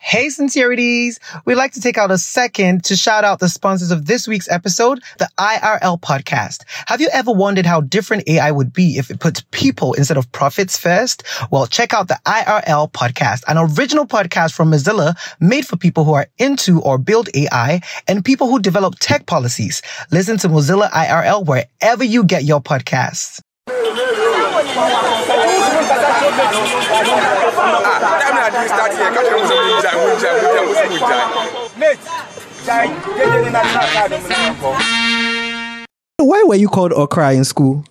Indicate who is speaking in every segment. Speaker 1: Hey, Sincerities! We'd like to take out a second to shout out the sponsors of this week's episode, the IRL podcast. Have you ever wondered how different AI would be if it puts people instead of profits first? Well, check out the IRL podcast, an original podcast from Mozilla made for people who are into or build AI and people who develop tech policies. Listen to Mozilla IRL wherever you get your podcasts. Why were you called Okra in school?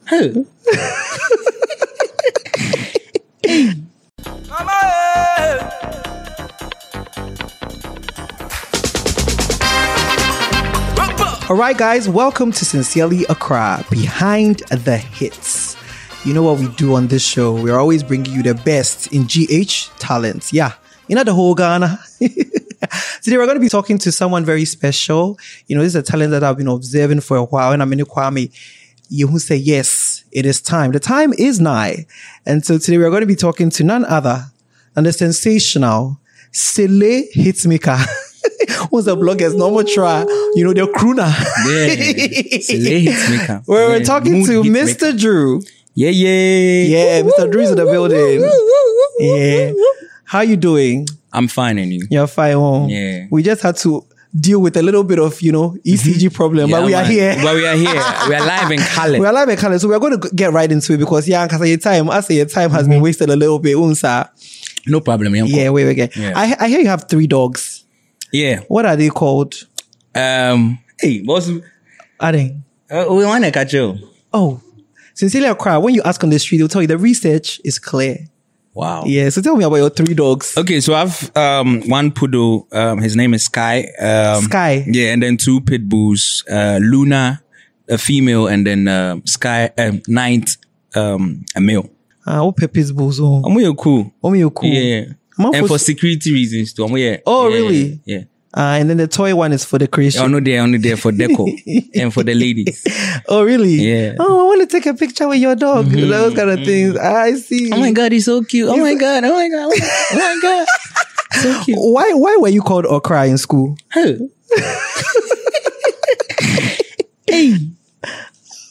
Speaker 1: All right, guys, welcome to Sincerely Accra Behind the Hits. You know what we do on this show? We're always bringing you the best in GH talents. Yeah, you know the whole Ghana. Today, we're going to be talking to someone very special. You know, this is a talent that I've been observing for a while, and I'm in Kwame. You who say, Yes, it is time. The time is nigh. And so today, we're going to be talking to none other than the sensational Sele Hitmaker. Who's the bloggers? Normal try, you know, they're crooner.
Speaker 2: Yeah. Sele Hitmaker.
Speaker 1: We We're
Speaker 2: Yeah,
Speaker 1: talking
Speaker 2: mood
Speaker 1: to
Speaker 2: hitmaker.
Speaker 1: Mr. Drew.
Speaker 2: Yeah, yeah.
Speaker 1: Yeah, Mr. Drew's in the building. Yeah. How you doing?
Speaker 2: I'm fine and you.
Speaker 1: You're fine. oh.
Speaker 2: Yeah. Mm-hmm.
Speaker 1: We just had to deal with a little bit of, you know, ECG problem, but
Speaker 2: Yeah,
Speaker 1: we are
Speaker 2: man.
Speaker 1: here.
Speaker 2: But we are here. we are live in Cali.
Speaker 1: We are live in Cali, so we are going to get right into it because yeah, because your time, I say your time
Speaker 2: Mm-hmm.
Speaker 1: has been wasted a little bit, unsa.
Speaker 2: No problem, Yanko.
Speaker 1: Yeah, wait, wait, wait.
Speaker 2: Yeah.
Speaker 1: I I hear you have three dogs.
Speaker 2: Yeah.
Speaker 1: What are they called?
Speaker 2: Um, hey, what's, uh,
Speaker 1: Are they?
Speaker 2: we want to catch you.
Speaker 1: Oh, sincerely, I cry when you ask on the street. They'll tell you the research is clear.
Speaker 2: Wow.
Speaker 1: Yeah, so tell me about your three dogs.
Speaker 2: Okay, so I've um one poodle. Um, his name is Sky. Um,
Speaker 1: Sky.
Speaker 2: Yeah, and then two pit bulls. Uh, Luna, a female, and then um Sky, um, Ninth, um, a male.
Speaker 1: Ah, what pepper's bulls? Oh,
Speaker 2: I'm really cool.
Speaker 1: Oh, me, you cool.
Speaker 2: Um, Yeah.
Speaker 1: I'm
Speaker 2: And
Speaker 1: for-
Speaker 2: for security reasons too. I'm here.
Speaker 1: Oh,
Speaker 2: Yeah,
Speaker 1: really?
Speaker 2: Yeah.
Speaker 1: Uh, and then the toy one is for the creation.
Speaker 2: I'm not there. Only there for deco and for the ladies.
Speaker 1: Oh, really?
Speaker 2: Yeah. Mm-hmm.
Speaker 1: Oh, I want to take a picture with your dog. Those kind of things. Ah, I see.
Speaker 2: Oh my god, he's so cute. Oh my god. Oh my god. Oh my god. So cute.
Speaker 1: Why why were you called Okra in school?
Speaker 2: Oh.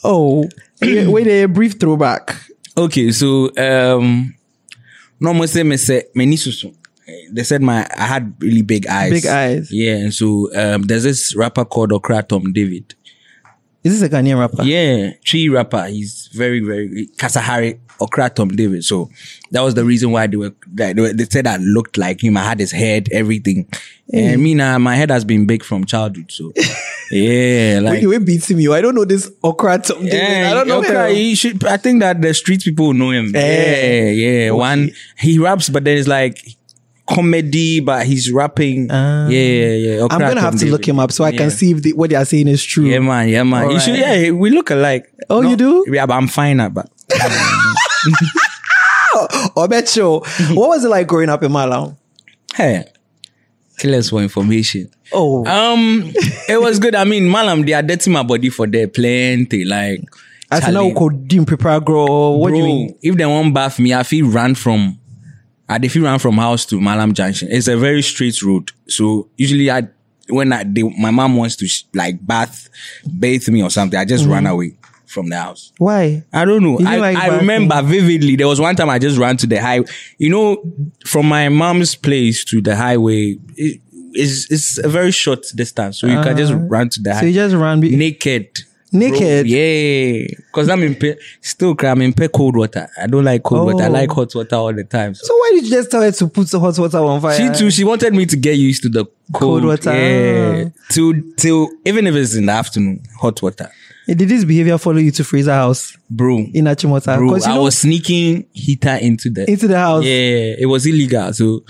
Speaker 1: Oh, wait, wait a brief throwback.
Speaker 2: Okay, so um, no more say me say me ni susu. They said my I had really big eyes.
Speaker 1: Big eyes.
Speaker 2: Yeah. and So um, there's this rapper called Okra Tom David.
Speaker 1: Is this a Ghanaian rapper?
Speaker 2: Yeah, tree rapper. He's very very Kasahari Okra Tom David. So that was the reason why they were that they, were, they said I looked like him. I had his head, everything.
Speaker 1: Hmm.
Speaker 2: And me now, my head has been big from childhood. So yeah, like
Speaker 1: Wait, you were beating me. I don't know this Okra Tom David. I don't know
Speaker 2: okay,
Speaker 1: him.
Speaker 2: he should, I think that the street people know him.
Speaker 1: Eh.
Speaker 2: Yeah, yeah. One, he raps, but then it's like comedy, but he's rapping.
Speaker 1: Ah.
Speaker 2: yeah, yeah, yeah.
Speaker 1: I'm going to have to look him up so I can see if the, what they are saying is true.
Speaker 2: Yeah, man, yeah, man. You
Speaker 1: Alright.
Speaker 2: should, yeah, we look alike.
Speaker 1: Oh, you do?
Speaker 2: Yeah, but I'm fine, uh, but
Speaker 1: Or bet you. what was it like growing up in Malang?
Speaker 2: hey, kill us for information.
Speaker 1: Oh,
Speaker 2: Um, it was good. I mean, Malam, they are dirty my body for their plenty. Like,
Speaker 1: I said, now
Speaker 2: Charlie.
Speaker 1: we could didn't prepare grow. What do you
Speaker 2: Bro,
Speaker 1: mean?
Speaker 2: If they won't bath me, I feel run from. I feel run from house to Malam Junction. It's a very straight road, so usually I when I they, my mom wants to sh- like bath, bathe me or something, I just
Speaker 1: Mm-hmm.
Speaker 2: run away from the house.
Speaker 1: Why?
Speaker 2: I don't know.
Speaker 1: You
Speaker 2: I,
Speaker 1: like
Speaker 2: I
Speaker 1: bathing?
Speaker 2: remember vividly. There was one time I just ran to the high. You know, from my mom's place to the highway it, is it's a very short distance, so you can just run to the
Speaker 1: Uh-huh. So you
Speaker 2: highway
Speaker 1: just ran be-
Speaker 2: naked.
Speaker 1: naked.
Speaker 2: Bro, yeah. Because I'm in pe- still cry, I'm in pe- cold water. I don't like cold water. I
Speaker 1: Oh.
Speaker 2: like hot water all the time. So
Speaker 1: So why did you just tell her to put the hot water on fire?
Speaker 2: she too, she wanted me to get used to the cold,
Speaker 1: Cold water.
Speaker 2: Yeah. Till till even if it's in the afternoon, hot water.
Speaker 1: Eh, Did this behavior follow you to Fraser House
Speaker 2: Bro.
Speaker 1: in Achimota?
Speaker 2: Bro,
Speaker 1: you
Speaker 2: I
Speaker 1: know,
Speaker 2: was sneaking heater into the
Speaker 1: into the house.
Speaker 2: Yeah, it was illegal. So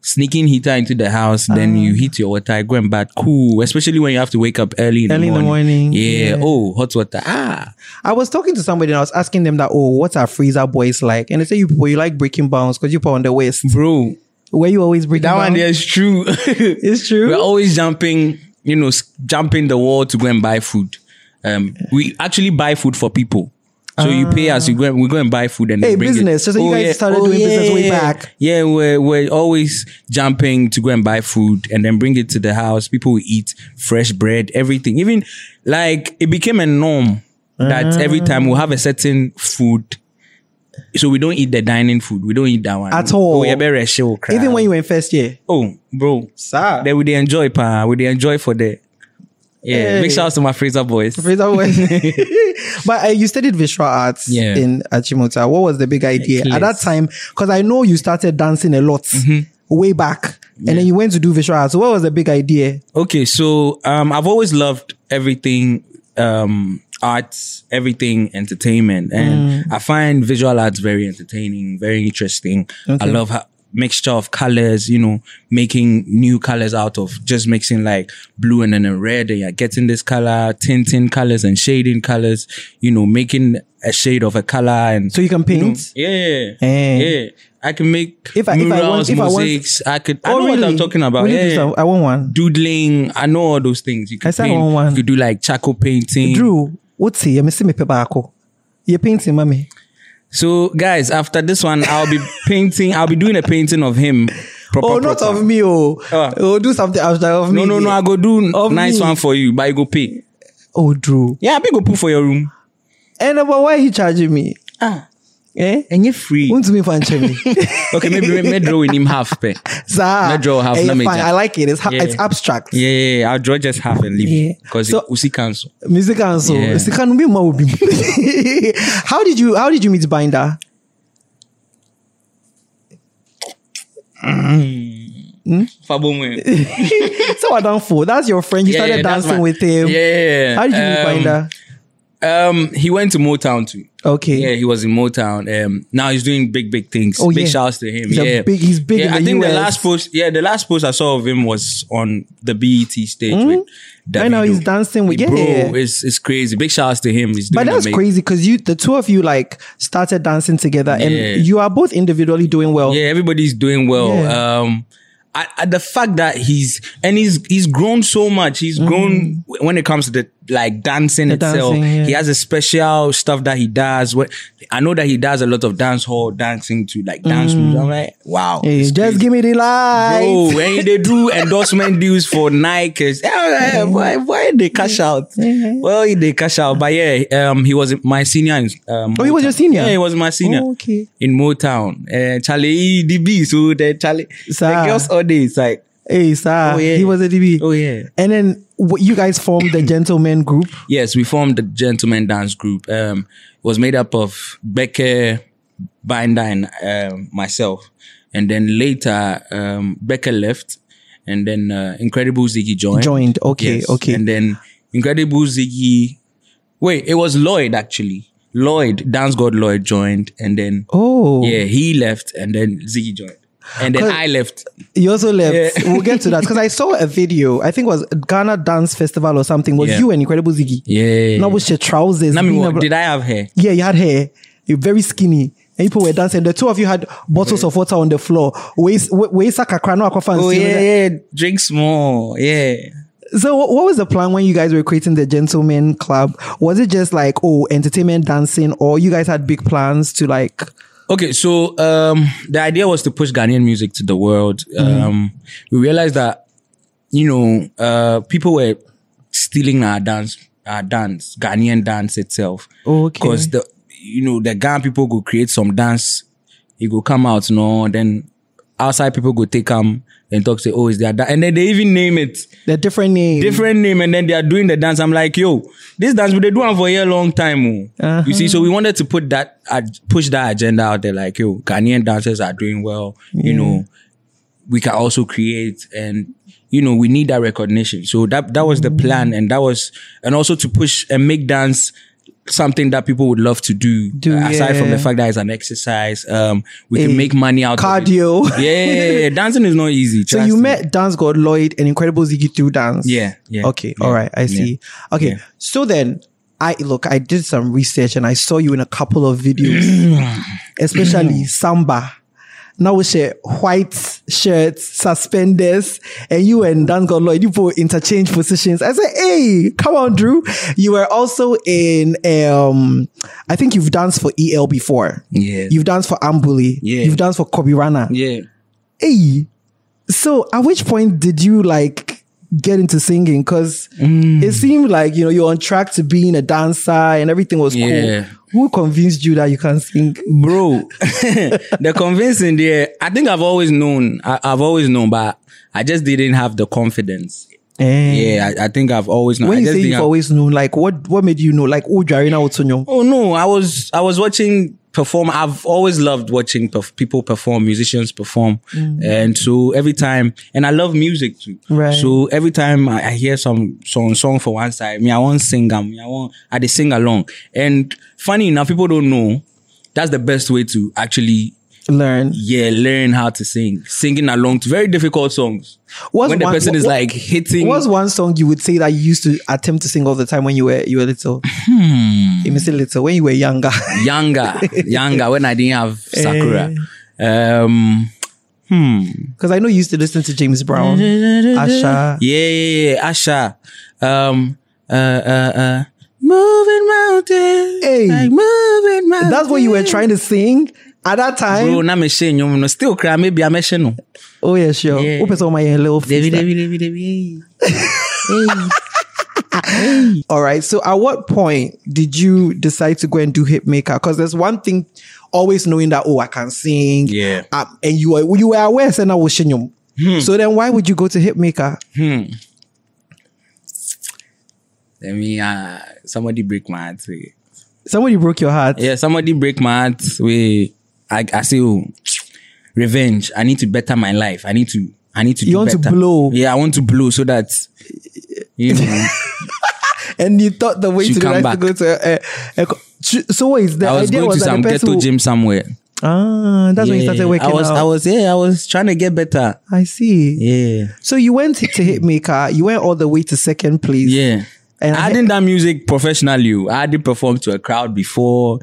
Speaker 2: sneaking heater into the house, then
Speaker 1: Ah.
Speaker 2: you heat your water, I go and bath. Cool. Especially when you have to wake up early in
Speaker 1: Early in
Speaker 2: the
Speaker 1: the
Speaker 2: morning.
Speaker 1: morning,
Speaker 2: Yeah.
Speaker 1: yeah.
Speaker 2: Oh, hot water. Ah.
Speaker 1: I was talking to somebody and I was asking them that, oh, what are Fraser boys like? And they say you people you like breaking bounds because you people on the west.
Speaker 2: Bro.
Speaker 1: Were you always breaking
Speaker 2: That one
Speaker 1: bounds?
Speaker 2: there is true.
Speaker 1: It's true.
Speaker 2: We're always jumping, you know, s- jumping the wall to go and buy food. Um, we actually buy food for people. So you pay us. You go. and- We go and buy food and
Speaker 1: Hey,
Speaker 2: then bring
Speaker 1: business.
Speaker 2: It. Oh,
Speaker 1: So you guys started doing business way back.
Speaker 2: Yeah, we're we're always jumping to go and buy food and then bring it to the house. People will eat fresh bread, everything. Even like it became a norm that
Speaker 1: Mm.
Speaker 2: every time we'll have a certain food. So we don't eat the dining food. We don't eat that one
Speaker 1: At all.
Speaker 2: Oh, yeah, very sure.
Speaker 1: Even when you were in first year.
Speaker 2: oh, bro,
Speaker 1: Sir.
Speaker 2: then we they enjoy pa. We they enjoy for the yeah.
Speaker 1: Hey.
Speaker 2: Big shout out to my Fraser boys.
Speaker 1: Phrase that way. but uh, you studied visual arts
Speaker 2: Yeah.
Speaker 1: in Achimota. What was the big idea at that
Speaker 2: Please.
Speaker 1: time? Because I know you started dancing a lot
Speaker 2: Mm-hmm.
Speaker 1: way back, and then you went to do visual arts. What was the big idea?
Speaker 2: Okay, so um, I've always loved everything um, arts, everything entertainment, and I find visual arts very entertaining, very interesting. I love how mixture of colors, you know, making new colors out of just mixing like blue and then a red, and you're getting this color, tinting colors and shading colors, you know, making a shade of a color and
Speaker 1: So you can paint.
Speaker 2: yeah,
Speaker 1: Eh.
Speaker 2: yeah. I can make
Speaker 1: If I- if I want-
Speaker 2: murals,
Speaker 1: if I want-
Speaker 2: mosaics. I, could. I know
Speaker 1: Oh,
Speaker 2: what
Speaker 1: really?
Speaker 2: I'm talking about.
Speaker 1: Will you do
Speaker 2: Yeah
Speaker 1: some- I want one.
Speaker 2: doodling. I know all those things. You
Speaker 1: I
Speaker 2: can
Speaker 1: said I
Speaker 2: paint.
Speaker 1: want uh, one.
Speaker 2: You could do like charcoal painting.
Speaker 1: Drew, what's he? I'm missing me paper. You're painting, mommy.
Speaker 2: So guys, after this one, I'll be painting. I'll be doing a painting of him. Proper,
Speaker 1: Oh, not
Speaker 2: proper.
Speaker 1: of me. Oh,
Speaker 2: Ah.
Speaker 1: oh, do something after of
Speaker 2: No,
Speaker 1: me.
Speaker 2: no, no. I go do
Speaker 1: Of
Speaker 2: nice
Speaker 1: me.
Speaker 2: one for you, but you go pay.
Speaker 1: Oh, Drew.
Speaker 2: Yeah, I be go put for your room.
Speaker 1: And about why he charging me?
Speaker 2: Ah,
Speaker 1: Eh?
Speaker 2: and you free.
Speaker 1: Want to me for me?
Speaker 2: okay, maybe maybe me drawing him half pay.
Speaker 1: Zah.
Speaker 2: Not draw half,
Speaker 1: Eh,
Speaker 2: let me
Speaker 1: fine.
Speaker 2: just-
Speaker 1: I like it. It's, ha-
Speaker 2: Yeah.
Speaker 1: it's abstract.
Speaker 2: Yeah, yeah, yeah, I'll draw just half and
Speaker 1: Yeah.
Speaker 2: leave because
Speaker 1: So-
Speaker 2: it Usi cancel.
Speaker 1: Music Council.
Speaker 2: Yeah.
Speaker 1: It's the kind of me, ma, will be. How did you how did you meet Binder?
Speaker 2: Fabomwe.
Speaker 1: So I done for. That's your friend. You
Speaker 2: Yeah,
Speaker 1: started
Speaker 2: yeah, that's
Speaker 1: dancing
Speaker 2: my-
Speaker 1: with him.
Speaker 2: Yeah.
Speaker 1: How did you meet
Speaker 2: Um,
Speaker 1: Binder?
Speaker 2: Um, he went to Motown too.
Speaker 1: Okay.
Speaker 2: Yeah, he was in Motown. Um, now he's doing big, big things.
Speaker 1: Oh,
Speaker 2: big
Speaker 1: yeah.
Speaker 2: shouts to him.
Speaker 1: He's a
Speaker 2: yeah,
Speaker 1: big- he's big
Speaker 2: Yeah,
Speaker 1: in
Speaker 2: I
Speaker 1: the
Speaker 2: think
Speaker 1: US.
Speaker 2: the last post. Yeah, the last post I saw of him was on the BET stage with. Davido.
Speaker 1: Hmm? Right now he's dancing with-
Speaker 2: bro.
Speaker 1: yeah.
Speaker 2: It's it's crazy. Big shouts to him. He's doing
Speaker 1: But that's
Speaker 2: amazing.
Speaker 1: crazy because you the two of you like started dancing together
Speaker 2: Yeah.
Speaker 1: and you are both individually doing well.
Speaker 2: Yeah, everybody's doing well.
Speaker 1: Yeah.
Speaker 2: Um, I, I, the fact that he's and he's he's grown so much. He's grown when it comes to the like dancing
Speaker 1: Mm-hmm. The
Speaker 2: itself.
Speaker 1: dancing, yeah.
Speaker 2: He has a special stuff that he does. What I know that he does a lot of dance hall dancing to like dance moves. I'm like, wow,
Speaker 1: Mm-hmm. Hey,
Speaker 2: it's
Speaker 1: just
Speaker 2: crazy.
Speaker 1: give me the light.
Speaker 2: Bro, and they do endorsement deals for Nike. Eh,
Speaker 1: Mm-hmm.
Speaker 2: Why, why they cash out? Well, they cash out. But yeah, um, he was my senior. In, um,
Speaker 1: Oh, he was your senior?
Speaker 2: Yeah, he was my senior.
Speaker 1: Oh, okay.
Speaker 2: In Motown. Uh, Charlie EDB. So the Charlie,
Speaker 1: Sir.
Speaker 2: the girls all day. It's like,
Speaker 1: Hey, sir.
Speaker 2: Oh, yeah.
Speaker 1: He was a DB.
Speaker 2: oh yeah.
Speaker 1: And then wh- you guys formed the gentleman group.
Speaker 2: Yes, we formed the Gentleman Dance Group. Um, it was made up of Becca, Binder, and um, myself. And then later, um, Becca left, and then uh, Incredible Ziggy joined.
Speaker 1: Joined. Okay,
Speaker 2: Yes.
Speaker 1: okay.
Speaker 2: And then Incredible Ziggy. Wait, it was Lloyd actually. Lloyd, Dance God Lloyd joined, and then
Speaker 1: oh.
Speaker 2: yeah, he left, and then Ziggy joined, and then
Speaker 1: Cause-
Speaker 2: I left.
Speaker 1: You also left. We'll get to that because I saw a video. I think it was Ghana Dance Festival or something. Was
Speaker 2: Yeah.
Speaker 1: you and Incredible Ziggy?
Speaker 2: Yeah.
Speaker 1: Not with your trousers.
Speaker 2: I mean,
Speaker 1: being
Speaker 2: what,
Speaker 1: a-
Speaker 2: did I have hair?
Speaker 1: yeah, you had hair. You're very skinny. And people were dancing. The two of you had bottles of water on the floor. Ways- wa- waisa kakra, no akwafa and
Speaker 2: Oh
Speaker 1: steal
Speaker 2: yeah,
Speaker 1: it.
Speaker 2: yeah. Drink small. Yeah.
Speaker 1: So what, what was the plan when you guys were creating the Gentleman Club? Was it just like, oh, entertainment dancing or you guys had big plans to like,
Speaker 2: Okay, so um, the idea was to push Ghanaian music to the world.
Speaker 1: Mm-hmm.
Speaker 2: Um, we realized that you know uh, people were stealing our dance, our dance, Ghanaian dance itself.
Speaker 1: Oh, Okay.
Speaker 2: because the you know the Ghanaian people go create some dance, it go come out no, then outside people go take them and talk say oh is there that and then they even name it
Speaker 1: the different name?
Speaker 2: different name and then they are doing the dance. I'm like, yo, this dance we they doing for a year long time. oh.
Speaker 1: Uh-huh.
Speaker 2: You see, so we wanted to put that uh, push that agenda out there, like, yo, Ghanaian dancers are doing well, you know. We can also create and you know, we need that recognition. So that that was
Speaker 1: Mm.
Speaker 2: the plan and that was and also to push and make dance something that people would love to do,
Speaker 1: Do,
Speaker 2: uh, aside from
Speaker 1: yeah.
Speaker 2: the fact that it's an exercise um we
Speaker 1: Eh,
Speaker 2: can make money out
Speaker 1: cardio.
Speaker 2: of it. yeah dancing is not easy
Speaker 1: So
Speaker 2: trust
Speaker 1: you
Speaker 2: me.
Speaker 1: met Dance God Lloyd and Incredible Ziggy through dance.
Speaker 2: Yeah, yeah,
Speaker 1: Okay.
Speaker 2: yeah,
Speaker 1: all right. I see. Okay.
Speaker 2: yeah.
Speaker 1: So then I look, I did some research and I saw you in a couple of videos, especially Samba. now we share white shirts, suspenders, and you and Dan got Lloyd, you both interchange positions. I said, hey, come on, Drew. You were also in, um, I think you've danced for EL before.
Speaker 2: Yeah.
Speaker 1: You've danced for Ambuli.
Speaker 2: Yeah.
Speaker 1: You've danced for Kobirana.
Speaker 2: yeah.
Speaker 1: Hey, so at which point did you like get into singing? Because
Speaker 2: Mm.
Speaker 1: it seemed like, you know, you're on track to being a dancer and everything was cool.
Speaker 2: Yeah.
Speaker 1: Who convinced you that you can sing?
Speaker 2: Bro, the convincing there, I think I've always known. I, I've always known, but I just didn't have the confidence.
Speaker 1: Eh.
Speaker 2: Yeah, I, I think I've always known.
Speaker 1: When
Speaker 2: I
Speaker 1: you
Speaker 2: just
Speaker 1: say
Speaker 2: didn't
Speaker 1: you've
Speaker 2: have-
Speaker 1: always known, like what what made you know? Like oh, Jarina Otonyo.
Speaker 2: Oh no, I was I was watching perform. I've always loved watching perf- people perform, musicians perform, and so every time, and I love music too.
Speaker 1: Mm. Right.
Speaker 2: So every time I, I hear some song song for one side, me I want sing am, me I want I they sing along. And funny enough, people don't know that's the best way to actually
Speaker 1: Learn.
Speaker 2: yeah learn how to sing, singing along to very difficult songs.
Speaker 1: What's
Speaker 2: when the
Speaker 1: one-
Speaker 2: person is
Speaker 1: what-
Speaker 2: like hitting,
Speaker 1: What's one song you would say that you used to attempt to sing all the time when you were you were little? Hmm. You say little when you were younger.
Speaker 2: younger, younger when I didn't have
Speaker 1: Eh.
Speaker 2: Sakura. Um,
Speaker 1: Because I know you used to listen to James Brown, Asha.
Speaker 2: Yeah, yeah, yeah. Asha. Um, uh, uh, uh. Moving mountains.
Speaker 1: Hey.
Speaker 2: Like moving mountains.
Speaker 1: That's what you were trying to sing at that time.
Speaker 2: Bro, na me she nyom no still cry maybe I'm no.
Speaker 1: Oh yeah, sure.
Speaker 2: Yeah.
Speaker 1: Open some of my hello.
Speaker 2: Devi
Speaker 1: sister.
Speaker 2: devi devi devi.
Speaker 1: All right. So at what point did you decide to go and do hip maker? Because there's one thing always knowing that, oh, I can sing.
Speaker 2: Yeah. Hmm.
Speaker 1: Uh, and you were you were aware saying I was shinyum. So then why would you go to hip maker?
Speaker 2: Let me uh somebody break my heart. we.
Speaker 1: Somebody broke your heart.
Speaker 2: Yeah, somebody break my heart. We I I say oh, revenge. I need to better my life. I need to I need to
Speaker 1: You
Speaker 2: do
Speaker 1: want to
Speaker 2: better.
Speaker 1: blow.
Speaker 2: Yeah, I want to blow so that you know
Speaker 1: And you thought the way
Speaker 2: She
Speaker 1: to do
Speaker 2: come
Speaker 1: that is to
Speaker 2: back.
Speaker 1: go to uh, a, a, a co- ch- so what is the
Speaker 2: I was
Speaker 1: idea
Speaker 2: going
Speaker 1: was
Speaker 2: to
Speaker 1: that
Speaker 2: some
Speaker 1: the person
Speaker 2: ghetto
Speaker 1: who-
Speaker 2: gym somewhere.
Speaker 1: Ah, that's when you started working
Speaker 2: I was,
Speaker 1: out. I,
Speaker 2: I was, yeah, I was trying to get better.
Speaker 1: see.
Speaker 2: Yeah,
Speaker 1: So you went to hip maker. You went all the way to second place.
Speaker 2: yeah.
Speaker 1: And I-
Speaker 2: I didn't that music professionally. oh. I did perform to a crowd before,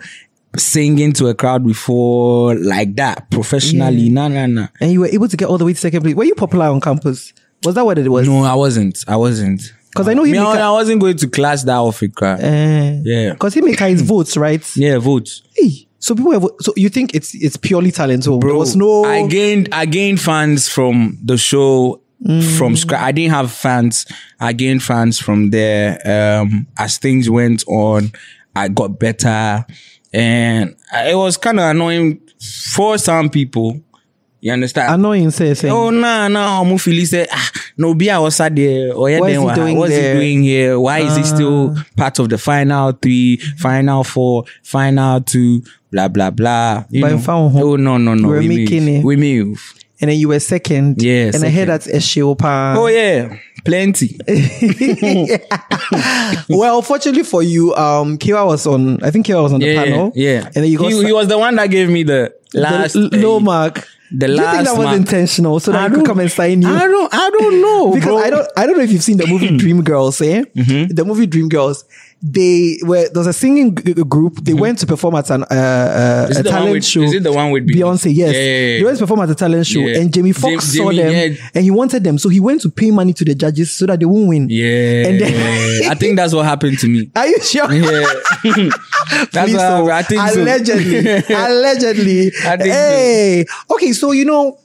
Speaker 2: singing to a crowd before, like that professionally. Nah, nah, nah.
Speaker 1: And you were able to get all the way to second place. Were you popular on campus? Was that what it was?
Speaker 2: No, I wasn't. I wasn't.
Speaker 1: 'Cause I know
Speaker 2: Me,
Speaker 1: he make a-
Speaker 2: I, I wasn't going to class that Africa. Yeah.
Speaker 1: Eh. Because he make his votes, right?
Speaker 2: yeah, votes.
Speaker 1: Hey, so people have, so you think it's it's purely talent? So there was no
Speaker 2: I gained I gained fans from the show from
Speaker 1: Mm.
Speaker 2: scratch. I didn't have fans. I gained fans from there. Um, as things went on, I got better, and I- it was kind of annoying for some people. You understand?
Speaker 1: annoying eh? say say.
Speaker 2: Oh nah nah I'm feeling say ah, no be I was sad there. Oh yeah
Speaker 1: What is
Speaker 2: then
Speaker 1: he
Speaker 2: wha-
Speaker 1: doing
Speaker 2: what's
Speaker 1: there? Ah.
Speaker 2: he doing here? Why is he still part of the final three, final four, final two, blah blah blah. You
Speaker 1: But
Speaker 2: know?
Speaker 1: found home.
Speaker 2: Oh no no no
Speaker 1: We're
Speaker 2: we
Speaker 1: making
Speaker 2: move.
Speaker 1: it.
Speaker 2: We move.
Speaker 1: And then you were second.
Speaker 2: Yeah,
Speaker 1: And I heard that's a shiopa.
Speaker 2: Oh yeah. Plenty.
Speaker 1: well, fortunately for you, um, Kiwa was on. I think Kiwa was on the
Speaker 2: Yeah,
Speaker 1: panel.
Speaker 2: yeah.
Speaker 1: And then you got
Speaker 2: he,
Speaker 1: sa-
Speaker 2: he was the one that gave me the
Speaker 1: the
Speaker 2: last
Speaker 1: l-
Speaker 2: thing.
Speaker 1: low mark.
Speaker 2: the
Speaker 1: Do you think
Speaker 2: last
Speaker 1: that was
Speaker 2: mark.
Speaker 1: intentional so that
Speaker 2: I
Speaker 1: I could
Speaker 2: don't-
Speaker 1: come and sign you?
Speaker 2: I don't I don't know.
Speaker 1: because
Speaker 2: Oh, bro. Mm-hmm.
Speaker 1: I don't I don't know if you've seen the movie Dream Girls, eh? The movie Dream Girls. They were there was a singing g- g- group. They went to perform at an uh, uh,
Speaker 2: Mm-hmm. Is
Speaker 1: a
Speaker 2: it the one
Speaker 1: talent
Speaker 2: with-
Speaker 1: show.
Speaker 2: is it the one with Beyonce?
Speaker 1: Beyonce? Yes,
Speaker 2: Yeah, yeah, yeah.
Speaker 1: they went to perform at a talent show,
Speaker 2: Yeah.
Speaker 1: and Jamie
Speaker 2: Jam-
Speaker 1: Foxx saw
Speaker 2: Jamie,
Speaker 1: them,
Speaker 2: yeah.
Speaker 1: and he wanted them, so he went to pay money to the judges so that they won't win.
Speaker 2: yeah.
Speaker 1: And then-
Speaker 2: I think that's what happened to me.
Speaker 1: Are you sure?
Speaker 2: Yeah. that's
Speaker 1: Believe so.
Speaker 2: what happened. I think so.
Speaker 1: oh, allegedly, allegedly.
Speaker 2: I think so.
Speaker 1: hey, okay, so you know.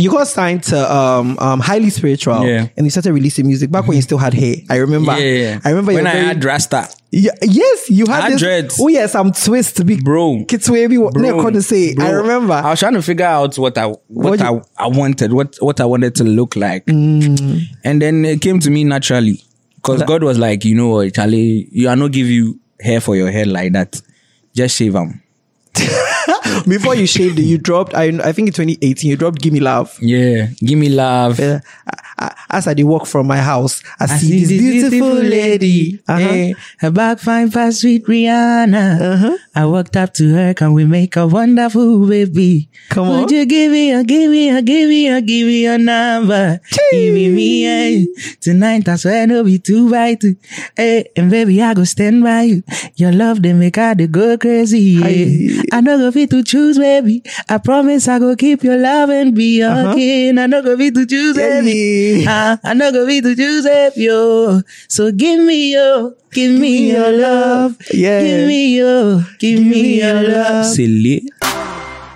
Speaker 1: You got signed to um, um, highly spiritual,
Speaker 2: Yeah.
Speaker 1: and you started releasing music back when you still had hair. I remember.
Speaker 2: Yeah, yeah.
Speaker 1: I remember.
Speaker 2: when
Speaker 1: you
Speaker 2: I
Speaker 1: were very-
Speaker 2: had Rasta,
Speaker 1: Yeah, yes, you had
Speaker 2: I had
Speaker 1: this.
Speaker 2: dreads.
Speaker 1: Oh yes, I'm twist big
Speaker 2: bro.
Speaker 1: Kids where everyone
Speaker 2: bro,
Speaker 1: couldn't say. I
Speaker 2: bro.
Speaker 1: remember.
Speaker 2: I was trying to figure out what I what,
Speaker 1: What
Speaker 2: I,
Speaker 1: you- Mm.
Speaker 2: I wanted, what what I wanted to look like, and then it came to me naturally because God was like, you know what, Charlie, you are not give you hair for your head like that. Just shave them.
Speaker 1: Before you shaved it, you dropped. I I think in 2018 you dropped. Give me love.
Speaker 2: Yeah, give me love.
Speaker 1: Uh, I- I- as I did walk from my house, I, see, this beautiful, lady.
Speaker 2: Uh-huh. eh, her back fine, fast, sweet Rihanna.
Speaker 1: Uh-huh.
Speaker 2: I walked up to her, can we make a wonderful baby?
Speaker 1: Come on.
Speaker 2: Would you give me a, give me a, give me a, give me your number? Give me me, eh. Tonight I swear it'll be two by two. Eh, and baby, I go stand by you. Your love, they make her they go crazy. Yeah. I know go fit to choose, baby. I promise I go keep your love and be your king. I know go fit to choose, baby. Ah,
Speaker 1: Baby.
Speaker 2: I, I know go fit to choose, baby. yo. So give me your, give me your love.
Speaker 1: Yeah.
Speaker 2: Give me your, give me your love. Silly.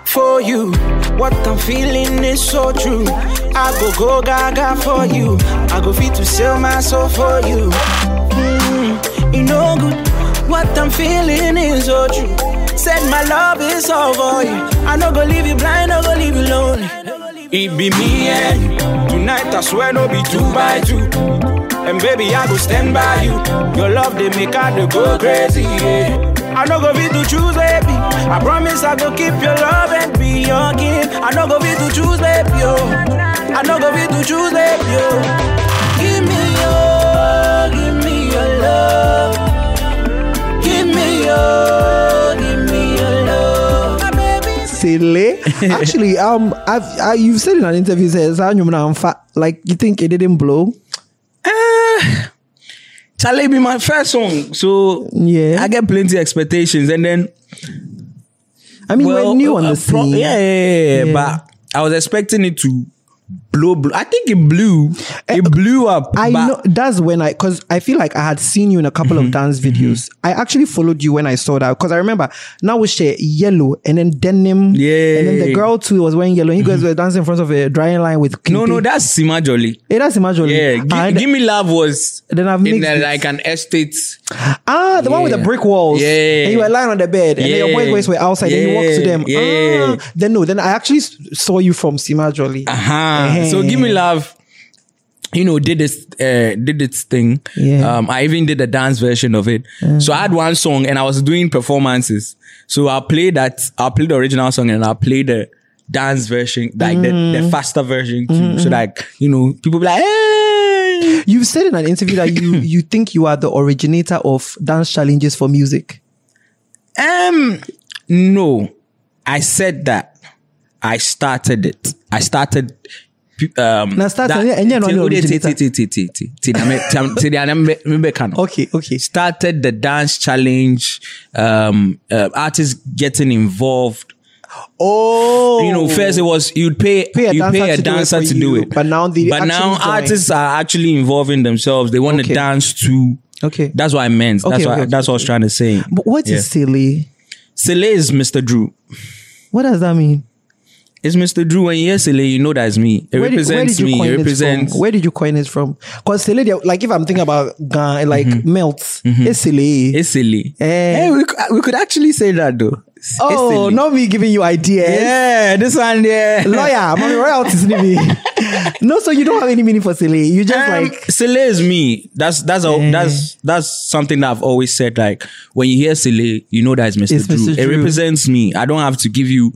Speaker 3: for you. What I'm feeling is so true. I go go gaga for you. I go fit to sell my soul for you. Mm, you know good. What I'm feeling is so true. Said my love is all for you. I no go leave you blind, no go leave you lonely. It be me eh. and you. Tonight I swear no be two by two. And baby, I go stand by you. Your love they make I dey go crazy. Yeah. I no go fit to choose, baby. I promise I go keep your love and be your king. I no go fit to choose, baby. Yo. I no go fit to choose, baby. Yo. Give me your, give me your love. Give me your, give me your love. My baby.
Speaker 1: Silly. Actually, um, I've I, you've said in an interview says I'm fat. Like you think it didn't blow?
Speaker 2: Charlie be my first song. So
Speaker 1: Yeah.
Speaker 2: I get plenty expectations. And then
Speaker 1: I mean,
Speaker 2: well,
Speaker 1: we're new on
Speaker 2: uh,
Speaker 1: the
Speaker 2: pro-
Speaker 1: scene.
Speaker 2: yeah, yeah, yeah,
Speaker 1: Yeah.
Speaker 2: yeah. But I was expecting it to blow, blow. I think it blew. It blew up.
Speaker 1: I
Speaker 2: but Mm-hmm.
Speaker 1: know that's when I because I feel like I had seen you in a couple of dance videos. I actually followed you when I saw that because I remember now we share yellow and then denim. And then the
Speaker 2: Yay.
Speaker 1: girl too was wearing yellow. And you guys were dancing in front of a drying line with
Speaker 2: Mm-hmm. No, no,
Speaker 1: Kinte.
Speaker 2: that's Sima Jolly.
Speaker 1: Eh, that's imagine.
Speaker 2: Yeah, Gi-
Speaker 1: and,
Speaker 2: Gimme Love was
Speaker 1: then I've
Speaker 2: in
Speaker 1: mixed
Speaker 2: a,
Speaker 1: it.
Speaker 2: like an estate.
Speaker 1: ah the one with the
Speaker 2: Yeah.
Speaker 1: brick walls.
Speaker 2: Yeah.
Speaker 1: and you were lying on the bed, and then your boys'
Speaker 2: Yeah.
Speaker 1: boys were outside, and you walked to
Speaker 2: Yeah.
Speaker 1: them.
Speaker 2: Yeah.
Speaker 1: Ah, then no, then I actually s- saw you from Sima Jolly.
Speaker 2: Uh-huh. So
Speaker 1: Eh.
Speaker 2: Gimme Love, you know, did this uh, did its thing.
Speaker 1: Yeah.
Speaker 2: Um, I even did a dance version of it. So I had one song and I was doing performances. So I'll play that, I'll play the original song and I'll play the dance version, like the,
Speaker 1: Mm.
Speaker 2: the faster version too.
Speaker 1: Mm-hmm.
Speaker 2: So like, you know, people be like, hey.
Speaker 1: You've said in an interview that you you think you are the originator of dance challenges for music.
Speaker 2: Um, no, I said that. I started it. I started. Um,
Speaker 1: Now start and yeah, and yeah, no, no, originator.
Speaker 2: Okay.
Speaker 1: Okay, okay.
Speaker 2: Started the dance challenge. Um, uh, artists getting involved.
Speaker 1: Oh,
Speaker 2: You know, first it was you'd pay,
Speaker 1: Pay a
Speaker 2: you
Speaker 1: dancer
Speaker 2: pay a
Speaker 1: to do it
Speaker 2: dancer
Speaker 1: for
Speaker 2: to do
Speaker 1: you,
Speaker 2: it,
Speaker 1: but now the
Speaker 2: but now
Speaker 1: actual join.
Speaker 2: artists are actually involving themselves. They want
Speaker 1: Okay.
Speaker 2: to dance to.
Speaker 1: Okay.
Speaker 2: That's what I meant. That's
Speaker 1: Okay,
Speaker 2: what
Speaker 1: okay, okay,
Speaker 2: that's what I was trying to say.
Speaker 1: But what is
Speaker 2: Yeah.
Speaker 1: silly?
Speaker 2: Sele is Mr. Drew.
Speaker 1: What does that mean?
Speaker 2: It's Mr. Drew and yesterday, you know that's me. It
Speaker 1: did-
Speaker 2: represents
Speaker 1: did you
Speaker 2: me.
Speaker 1: coin
Speaker 2: It represents
Speaker 1: from? Where did you coin it from? Because silly, they- like if I'm thinking about gun, like melts, it's silly.
Speaker 2: Mm-hmm. it's silly.
Speaker 1: Eh.
Speaker 2: Hey, we, c- we could actually say that though. It's
Speaker 1: oh,
Speaker 2: silly.
Speaker 1: not me giving you ideas.
Speaker 2: Yeah, this one there.
Speaker 1: Lawyer, mommy royalties, me. no, so you don't have any meaning for silly. You just
Speaker 2: Um,
Speaker 1: like
Speaker 2: Sele is me. That's that's a,
Speaker 1: Eh.
Speaker 2: that's that's something that I've always said. Like when you hear Sele, you know that it's Mr.
Speaker 1: It's
Speaker 2: Drew.
Speaker 1: Mr.
Speaker 2: It
Speaker 1: Drew.
Speaker 2: represents me. I don't have to give you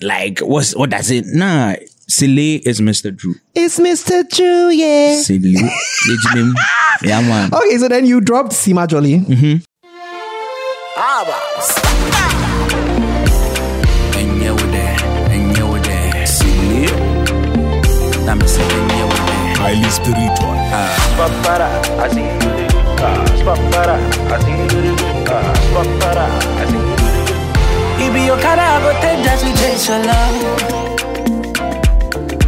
Speaker 2: like what's what does it? Nah, Sele is Mr. Drew.
Speaker 1: it's Mr. Drew, yeah.
Speaker 2: Sele, His name. yeah man.
Speaker 1: Okay, so then you dropped Sima Jolly.
Speaker 2: Mhm.
Speaker 4: highly spiritual.
Speaker 3: Papara, I see you do the good cars. Papara, I see you do the good cars. Papara, I see you do the good cars. It be your car, I go take that you chase your love.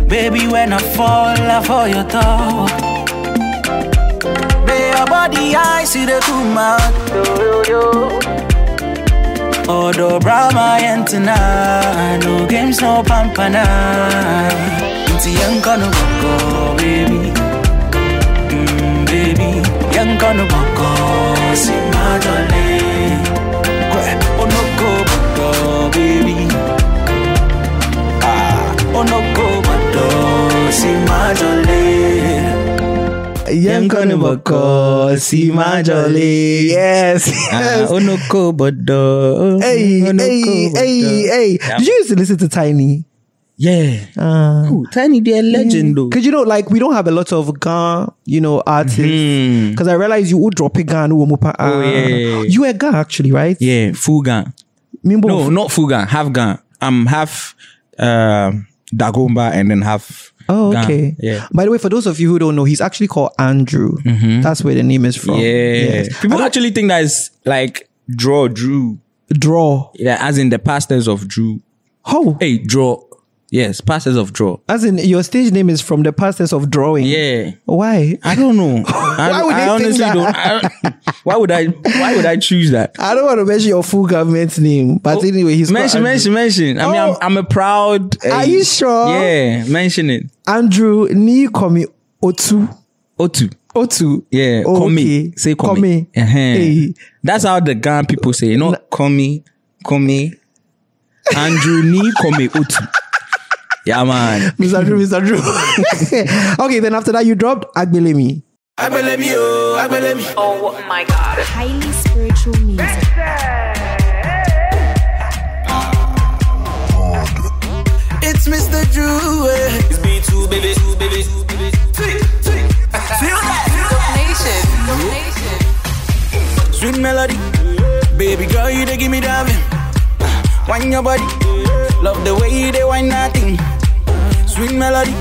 Speaker 3: Baby, when I fall, I fall your top. May your body, I see the cool mouth. Odo Oh, Brahma and tonight, no games, no pampana. It's young gonna go, baby. Mm, baby, young gonna go, see my darling. Grab, oh no go, but go, baby. Ah, oh no go, but go, see my darling.
Speaker 1: Yankoniboko, Sima Jolly. Yes.
Speaker 2: Ah,
Speaker 1: yes.
Speaker 2: oh, Onoko Bodo. Uh-uh.
Speaker 1: hey, hey, hey, hey. Did you used to listen to Tiny?
Speaker 2: Yeah.
Speaker 1: Uh,
Speaker 2: Ooh, Tiny they're a legend though.
Speaker 1: Cause you know, like we don't have a lot of Gan, you know, artists.
Speaker 2: Mhm.
Speaker 1: Cause I realize you would drop a Gan, who will mupa-
Speaker 2: Oh, yeah, yeah, yeah.
Speaker 1: you a Gan actually, right?
Speaker 2: Yeah, full gang.
Speaker 1: Mimbo,
Speaker 2: No, not full gang, half gang. I'm half um Dagomba and then half
Speaker 1: Oh,
Speaker 2: gang.
Speaker 1: okay.
Speaker 2: Yeah. Mm-hmm.
Speaker 1: By the way, for those of you who don't know, he's actually called Andrew. That's where the name is from.
Speaker 2: Yeah.
Speaker 1: Yes.
Speaker 2: People actually think that it's like draw, drew.
Speaker 1: Draw.
Speaker 2: Yeah, as in the past tense of drew.
Speaker 1: Oh,
Speaker 2: Hey, draw. Yes, past tense of draw.
Speaker 1: as in your stage name is from the past tense of drawing.
Speaker 2: Yeah.
Speaker 1: Why?
Speaker 2: I don't know. I,
Speaker 1: Why would
Speaker 2: I
Speaker 1: they
Speaker 2: honestly
Speaker 1: think that?
Speaker 2: don't. I, why would I? Why would I choose that?
Speaker 1: I don't want to mention your full government's name, but anyway, he's
Speaker 2: Oh, mention,
Speaker 1: called Andrew.
Speaker 2: mention, mention. I mean, I'm,
Speaker 1: Oh.
Speaker 2: I'm a proud. eh,
Speaker 1: Are you sure?
Speaker 2: Yeah, mention it.
Speaker 1: Andrew ni komi otu
Speaker 2: Otu.
Speaker 1: otu.
Speaker 2: Yeah, call me.
Speaker 1: Oh, Okay.
Speaker 2: Say call
Speaker 1: Call
Speaker 2: me.
Speaker 1: me.
Speaker 2: Uh-huh.
Speaker 1: Hey.
Speaker 2: That's how the Ghana people say. You know, call me, call me. Andrew ni call me Otu. Yeah, man.
Speaker 1: Mr. Drew, Mr. Drew. okay, then after that, you dropped Agbelemi.
Speaker 3: Agbelemi o, agbelemi.
Speaker 4: Oh my god.
Speaker 5: highly spiritual music.
Speaker 3: It's Mr. Drew. eh. It's me too, baby. Too, baby. Too, baby. Tweet, tweet. Feel that, feel that.
Speaker 4: Nation. Nation.
Speaker 3: Sweet melody. Baby girl, you they give me diving. Uh, Wine your body. Love the way you they wine nothing. Sweet melody.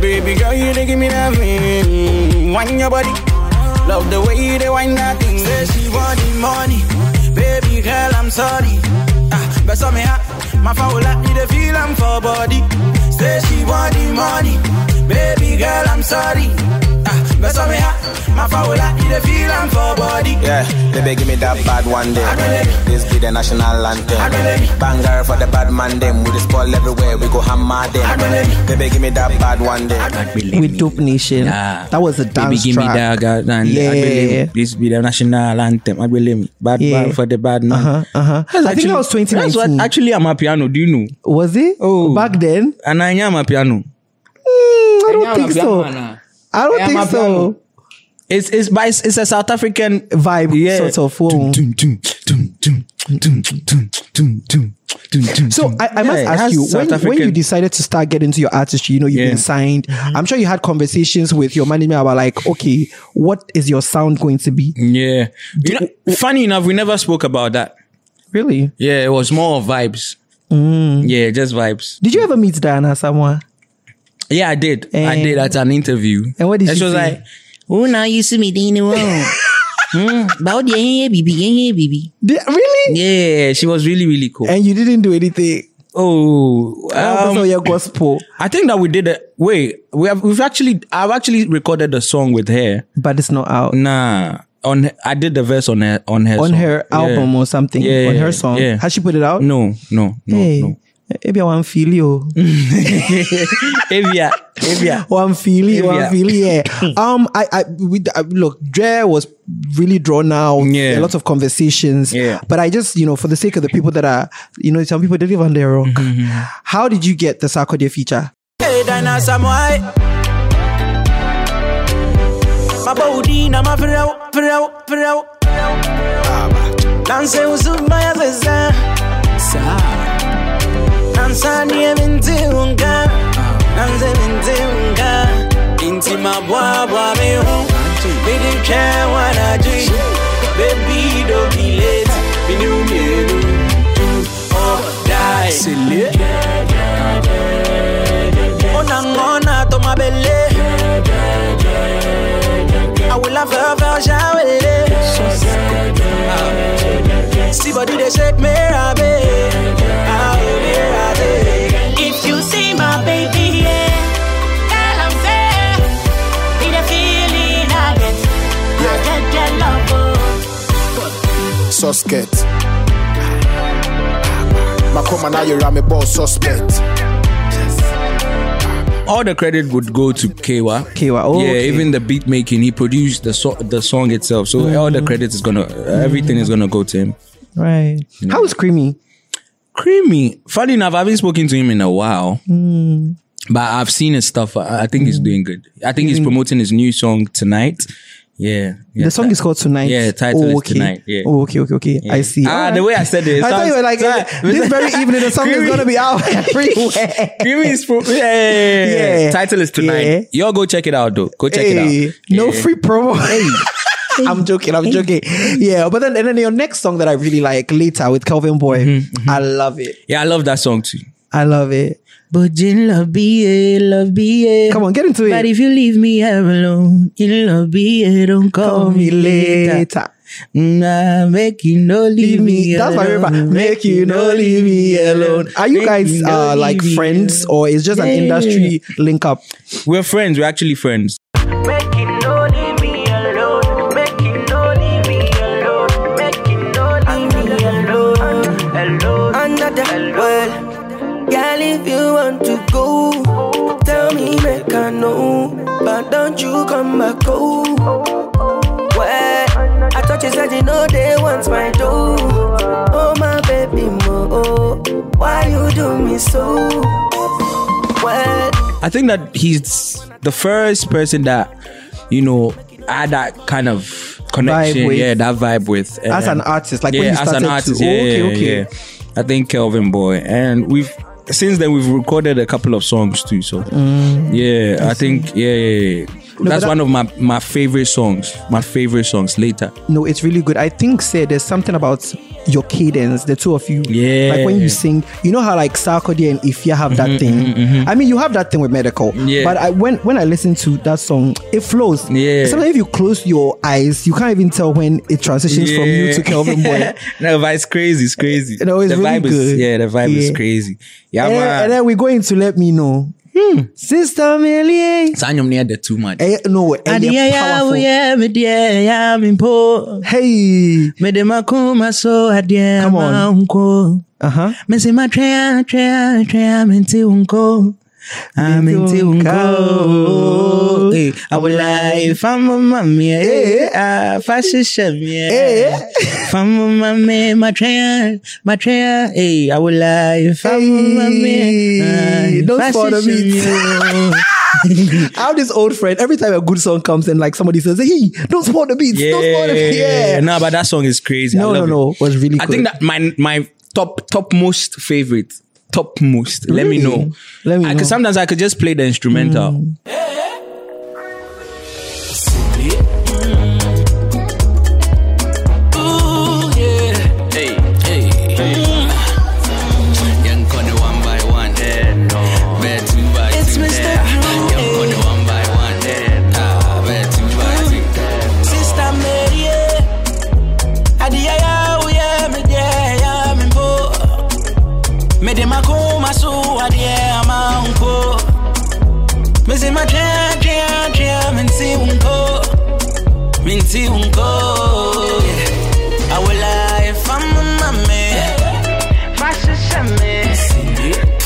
Speaker 3: Baby girl, you they give me diving. Wine your body. Love the way you they wine nothing. Say she want the money. Baby girl, I'm sorry. Ah, but some me hot. My phone will let me the feel I'm for body. Say she want the money. Baby girl, I'm sorry. Ah, but some me hot. My phone will let me the feel I'm for body.
Speaker 6: Yeah, baby, give me that bad one day. This be the national anthem. Banger for the bad man them. We just ball everywhere. We go hammer them. Baby, give me that bad one day.
Speaker 1: with Dope Nation.
Speaker 2: Yeah.
Speaker 1: That was a
Speaker 2: Baby,
Speaker 1: dance
Speaker 2: give me
Speaker 1: track.
Speaker 2: that, God, and
Speaker 1: Yeah.
Speaker 2: I believe this be the national anthem. I believe me. Bad
Speaker 1: Yeah.
Speaker 2: man for the bad man.
Speaker 1: Uh-huh, uh-huh.
Speaker 2: That's
Speaker 1: I think that was
Speaker 2: That's
Speaker 1: 2019.
Speaker 2: what actually I'm a piano. Do you know?
Speaker 1: Was it?
Speaker 2: Oh.
Speaker 1: back then? Mm,
Speaker 2: And I am a piano.
Speaker 1: I don't think so. I don't
Speaker 2: Yeah,
Speaker 1: think
Speaker 2: my
Speaker 1: so.
Speaker 2: It's it's by it's, it's a South African
Speaker 1: Vibe, sort of, oh.
Speaker 2: Dun, dun, dun, dun, dun, dun, dun, dun, dun, dun,
Speaker 1: So
Speaker 2: dun.
Speaker 1: I, I must
Speaker 2: Yeah, it
Speaker 1: ask
Speaker 2: has
Speaker 1: you,
Speaker 2: South
Speaker 1: when, when you
Speaker 2: African-
Speaker 1: decided to start getting into your artistry, you know, you've
Speaker 2: Yeah. Mm-hmm.
Speaker 1: been signed. I'm sure you had conversations with your management about like, okay, what is your sound going to be?
Speaker 2: yeah, you know, funny enough, we never spoke about that.
Speaker 1: Really?
Speaker 2: Yeah, it was more of vibes.
Speaker 1: Mm.
Speaker 2: Yeah, just vibes.
Speaker 1: Did you ever meet Diana Samoa?
Speaker 2: Yeah, I did. I
Speaker 1: And-
Speaker 2: did at an interview.
Speaker 1: and what did she
Speaker 2: was
Speaker 1: say?
Speaker 2: like, "Oh, now you see me doing the wrong." But yeah, yeah, baby, yeah, yeah, baby.
Speaker 1: Did, really?
Speaker 2: Yeah, she was really, really cool.
Speaker 1: And you didn't do anything.
Speaker 2: oh,
Speaker 1: Um,
Speaker 2: um,
Speaker 1: your gospel.
Speaker 2: I think that we did it. Wait, we have we've actually I've actually recorded a song with her.
Speaker 1: But it's not out.
Speaker 2: Nah, on I did the verse on her on her
Speaker 1: on
Speaker 2: song.
Speaker 1: her
Speaker 2: Yeah.
Speaker 1: album or something.
Speaker 2: Yeah,
Speaker 1: on
Speaker 2: yeah,
Speaker 1: her song.
Speaker 2: yeah.
Speaker 1: Has she put it out?
Speaker 2: No, no, no,
Speaker 1: Hey,
Speaker 2: no.
Speaker 1: maybe I want feel you.
Speaker 2: Evia, Evia.
Speaker 1: One feeling,
Speaker 2: Yeah.
Speaker 1: one feeling. Yeah. Um, I, I, we, I, look, Dre was really drawn out.
Speaker 2: Yeah.
Speaker 1: A lot of conversations.
Speaker 2: Yeah.
Speaker 1: But I just, you know, for the sake of the people that are, you know, some people they live on their rock.
Speaker 2: Mm-hmm,
Speaker 1: How did you get the Sarkodie feature?
Speaker 3: Hey, Dana Samuai. My body, na my ferrell, ferrell, ferrell. Dance was my azza. Dance on him into unga. Dance him into unga. Into my wabwa me home. We didn't care what I do. Baby, don't be late. We knew me. Do or die. Silly. Onangona to my belly. I will have her version. Ah. See body they shake me, Rabbi. Ah, oh, me, Rabbi.
Speaker 7: If you see my baby, yeah, tell him say, be the feeling I get, I get that love. oh.
Speaker 8: suspect. Makoma now you ram a ball suspect.
Speaker 2: All the credit would go to Kewa.
Speaker 1: Kewa, oh,
Speaker 2: yeah.
Speaker 1: okay.
Speaker 2: Even the beat making, he produced the so- the song itself. So all
Speaker 1: Mm-hmm.
Speaker 2: the credit is gonna, everything is gonna go to him.
Speaker 1: Right. How was Creamy?
Speaker 2: Creamy. Funny enough, I haven't spoken to him in a while,
Speaker 1: Mm.
Speaker 2: but I've seen his stuff. I I think he's doing good. I think he's promoting his new song tonight. Yeah. yeah.
Speaker 1: Mm. the song is called Tonight.
Speaker 2: Yeah, the title
Speaker 1: oh,
Speaker 2: is
Speaker 1: okay.
Speaker 2: Tonight, yeah.
Speaker 1: Oh, okay, okay, okay. I see.
Speaker 2: Ah,
Speaker 1: Alright.
Speaker 2: the way I said it, it
Speaker 1: I thought you were like,
Speaker 2: sounds-
Speaker 1: eh, this very evening, the song is
Speaker 2: Creamy.
Speaker 1: going to be out everywhere.
Speaker 2: Creamy is pro- yeah, yeah, yeah, yeah.
Speaker 1: Yeah.
Speaker 2: Title is tonight.
Speaker 1: Yeah.
Speaker 2: Y'all go check it out though. Go check
Speaker 1: Hey,
Speaker 2: it out.
Speaker 1: No
Speaker 2: Yeah.
Speaker 1: free promo. I'm joking. I'm joking. Yeah, but then and then your next song that I really like later with Calvin Boy,
Speaker 2: Mm-hmm,
Speaker 1: I love it.
Speaker 2: Yeah, I love that song too.
Speaker 1: I love it.
Speaker 2: But in love be love be
Speaker 1: Come on, get into
Speaker 2: But
Speaker 1: it.
Speaker 2: if you leave me alone, in love be don't call,
Speaker 1: Call
Speaker 2: me later. Nah, make you no
Speaker 1: Leave
Speaker 2: leave me.
Speaker 1: me. That's my
Speaker 2: alone.
Speaker 1: favorite. Make you no leave me alone. Are you
Speaker 2: Make
Speaker 1: guys
Speaker 2: you no
Speaker 1: uh,
Speaker 2: leave
Speaker 1: like
Speaker 2: me
Speaker 1: friends
Speaker 2: alone.
Speaker 1: or is just an
Speaker 2: Yeah.
Speaker 1: industry link up?
Speaker 2: We're friends. We're actually friends.
Speaker 7: Make you no leave me alone. Make you no leave me alone. Make you no leave me alone. Alone.
Speaker 9: under the well. Girl, if you want to go, tell me, make I know. But don't you come back home. Well, I thought you said you know they want my dough. Oh, my baby, mo. Why you do me so? Well,
Speaker 2: I think that he's the first person that you know I had that kind of connection.
Speaker 1: with.
Speaker 2: Yeah, that vibe with.
Speaker 1: As an
Speaker 2: And-
Speaker 1: artist, like when you started to
Speaker 2: yeah,
Speaker 1: okay, okay.
Speaker 2: yeah. I think Kelvin Boy, and we've since then we've recorded a couple of songs too. So
Speaker 1: Mm.
Speaker 2: yeah, I, think yeah, yeah, yeah. that's
Speaker 1: that-
Speaker 2: one of my my favorite songs. My favorite songs later.
Speaker 1: No, it's really good. I think say there's something about your cadence, the two of you.
Speaker 2: Yeah. Mm-hmm,
Speaker 1: Like when you sing, you know how like Sarkodie and Ifya have that thing. I mean, you have that thing with medical.
Speaker 2: Yeah.
Speaker 1: But I when when I listen to that song, it flows.
Speaker 2: Yeah.
Speaker 1: Sometimes if you close your eyes, you can't even tell when it transitions from you to Kelvin Boy.
Speaker 2: no, but it's crazy. It's crazy.
Speaker 1: No, it's
Speaker 2: the
Speaker 1: really
Speaker 2: vibe
Speaker 1: good.
Speaker 2: is yeah, the vibe is
Speaker 1: Yeah.
Speaker 2: crazy. Yeah,
Speaker 1: and, then, Eh, and
Speaker 2: man.
Speaker 1: then we're going to let me know. Hmm. Sister Millie.
Speaker 2: Sanyom near the too much.
Speaker 1: Eh, no, eh,
Speaker 2: Adi
Speaker 1: you're
Speaker 2: ya ya
Speaker 7: oh,
Speaker 1: powerful.
Speaker 2: wo ya me die ya me mpo.
Speaker 1: Hey.
Speaker 2: Me de makuma so adi ya
Speaker 1: Come on.
Speaker 2: ma unko.
Speaker 1: Uh-huh.
Speaker 2: mesema trea trea trea menti unko I'm into unko. Hey, I would lie if I'm a mommy.
Speaker 1: Eh,
Speaker 2: Hey, ah, fashion shammy. Hey, if I'm a mommy, my trea, my trea. Hey, I would lie if I'm a eh. Ah, mommy.
Speaker 1: Hey, don't follow me.
Speaker 2: me.
Speaker 1: I have this old friend. Every time a good song comes and like somebody says, "Hey, don't spoil the beats, don't spoil the beats." Yeah,
Speaker 2: no, but that song is crazy.
Speaker 1: No,
Speaker 2: I
Speaker 1: no,
Speaker 2: love
Speaker 1: no. It was really
Speaker 2: I
Speaker 1: good.
Speaker 2: think that my my top top most favorite top most. Let me
Speaker 1: Really?
Speaker 2: know.
Speaker 1: Let me know.
Speaker 2: I
Speaker 1: Mm.
Speaker 2: Could, sometimes I could just play the instrumental.
Speaker 9: it's Mr. Blue. Sister Mary, eh. Adi ya ya wo ya me de ya me mbo. Me de makoma so adi ya ma unko. Me se ma twa twa twa me nti unko. Me nti unko. I will lie if I'm a mommy. Fashion shame. If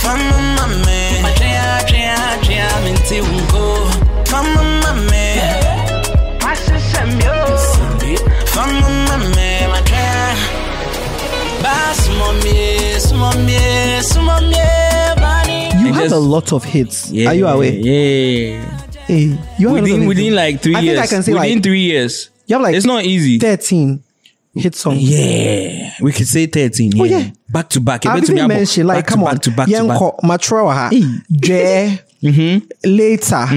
Speaker 9: I'm a mommy. Ma twa twa twa me nti unko. If I'm a mommy.
Speaker 7: oh.
Speaker 9: Femme, maman, ma cœur. Basse, mon mieux, sous mon mieux, sous mon mieux, Barney.
Speaker 1: you
Speaker 2: It
Speaker 1: have
Speaker 2: just-
Speaker 1: a lot of hits. Are you aware?
Speaker 2: Yeah.
Speaker 1: Hey, you have a lot of
Speaker 2: Within
Speaker 1: hits.
Speaker 2: within like three
Speaker 1: I
Speaker 2: years.
Speaker 1: think I can say
Speaker 2: within
Speaker 1: like
Speaker 2: three years.
Speaker 1: You have like
Speaker 2: it's not easy.
Speaker 1: thirteen hit songs.
Speaker 2: yeah, we could say thirteen. Yeah.
Speaker 1: Oh, yeah.
Speaker 2: back to back.
Speaker 1: I've
Speaker 2: Even to me,
Speaker 1: even
Speaker 2: abo-
Speaker 1: mentioned like
Speaker 2: back to
Speaker 1: come
Speaker 2: back
Speaker 1: on,
Speaker 2: to back to back. Mm-hmm.
Speaker 1: Yenko, Matroha, Jay, later,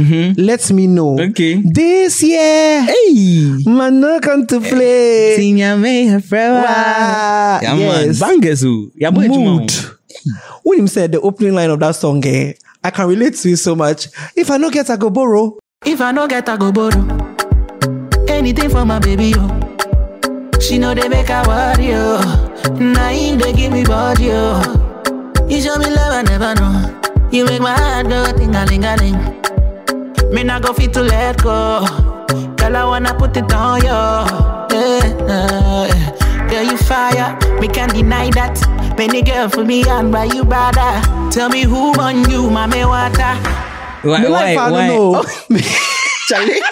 Speaker 1: let me know.
Speaker 2: Okay. Eh,
Speaker 1: this year, hey, man, no come to play.
Speaker 2: Senior may have forever.
Speaker 1: Wow.
Speaker 2: Yeah,
Speaker 1: yes.
Speaker 2: Ah, man. Bangers, oh. Yeah, boy, Juma,
Speaker 1: mood.
Speaker 2: oh.
Speaker 1: When him said the opening line of that song, eh, I can relate to it so much. If I no get, I go borrow.
Speaker 7: If I no get, I go borrow anything for my baby. Oh. She know they make her worry. Oh. Now him they give me body. Oh. You show me love I never know. You make my heart go ting a ling a ling. Me not go fit to let go. Girl, I wanna put it on you. Yeah, yeah. eh, Girl, you fire. Me can't deny that. Many girl for me and why you bother? Tell me who on you, mommy water.
Speaker 2: Why?
Speaker 1: Me life,
Speaker 2: Why? Oh.
Speaker 1: I
Speaker 2: Why?
Speaker 1: don't know. Charlie.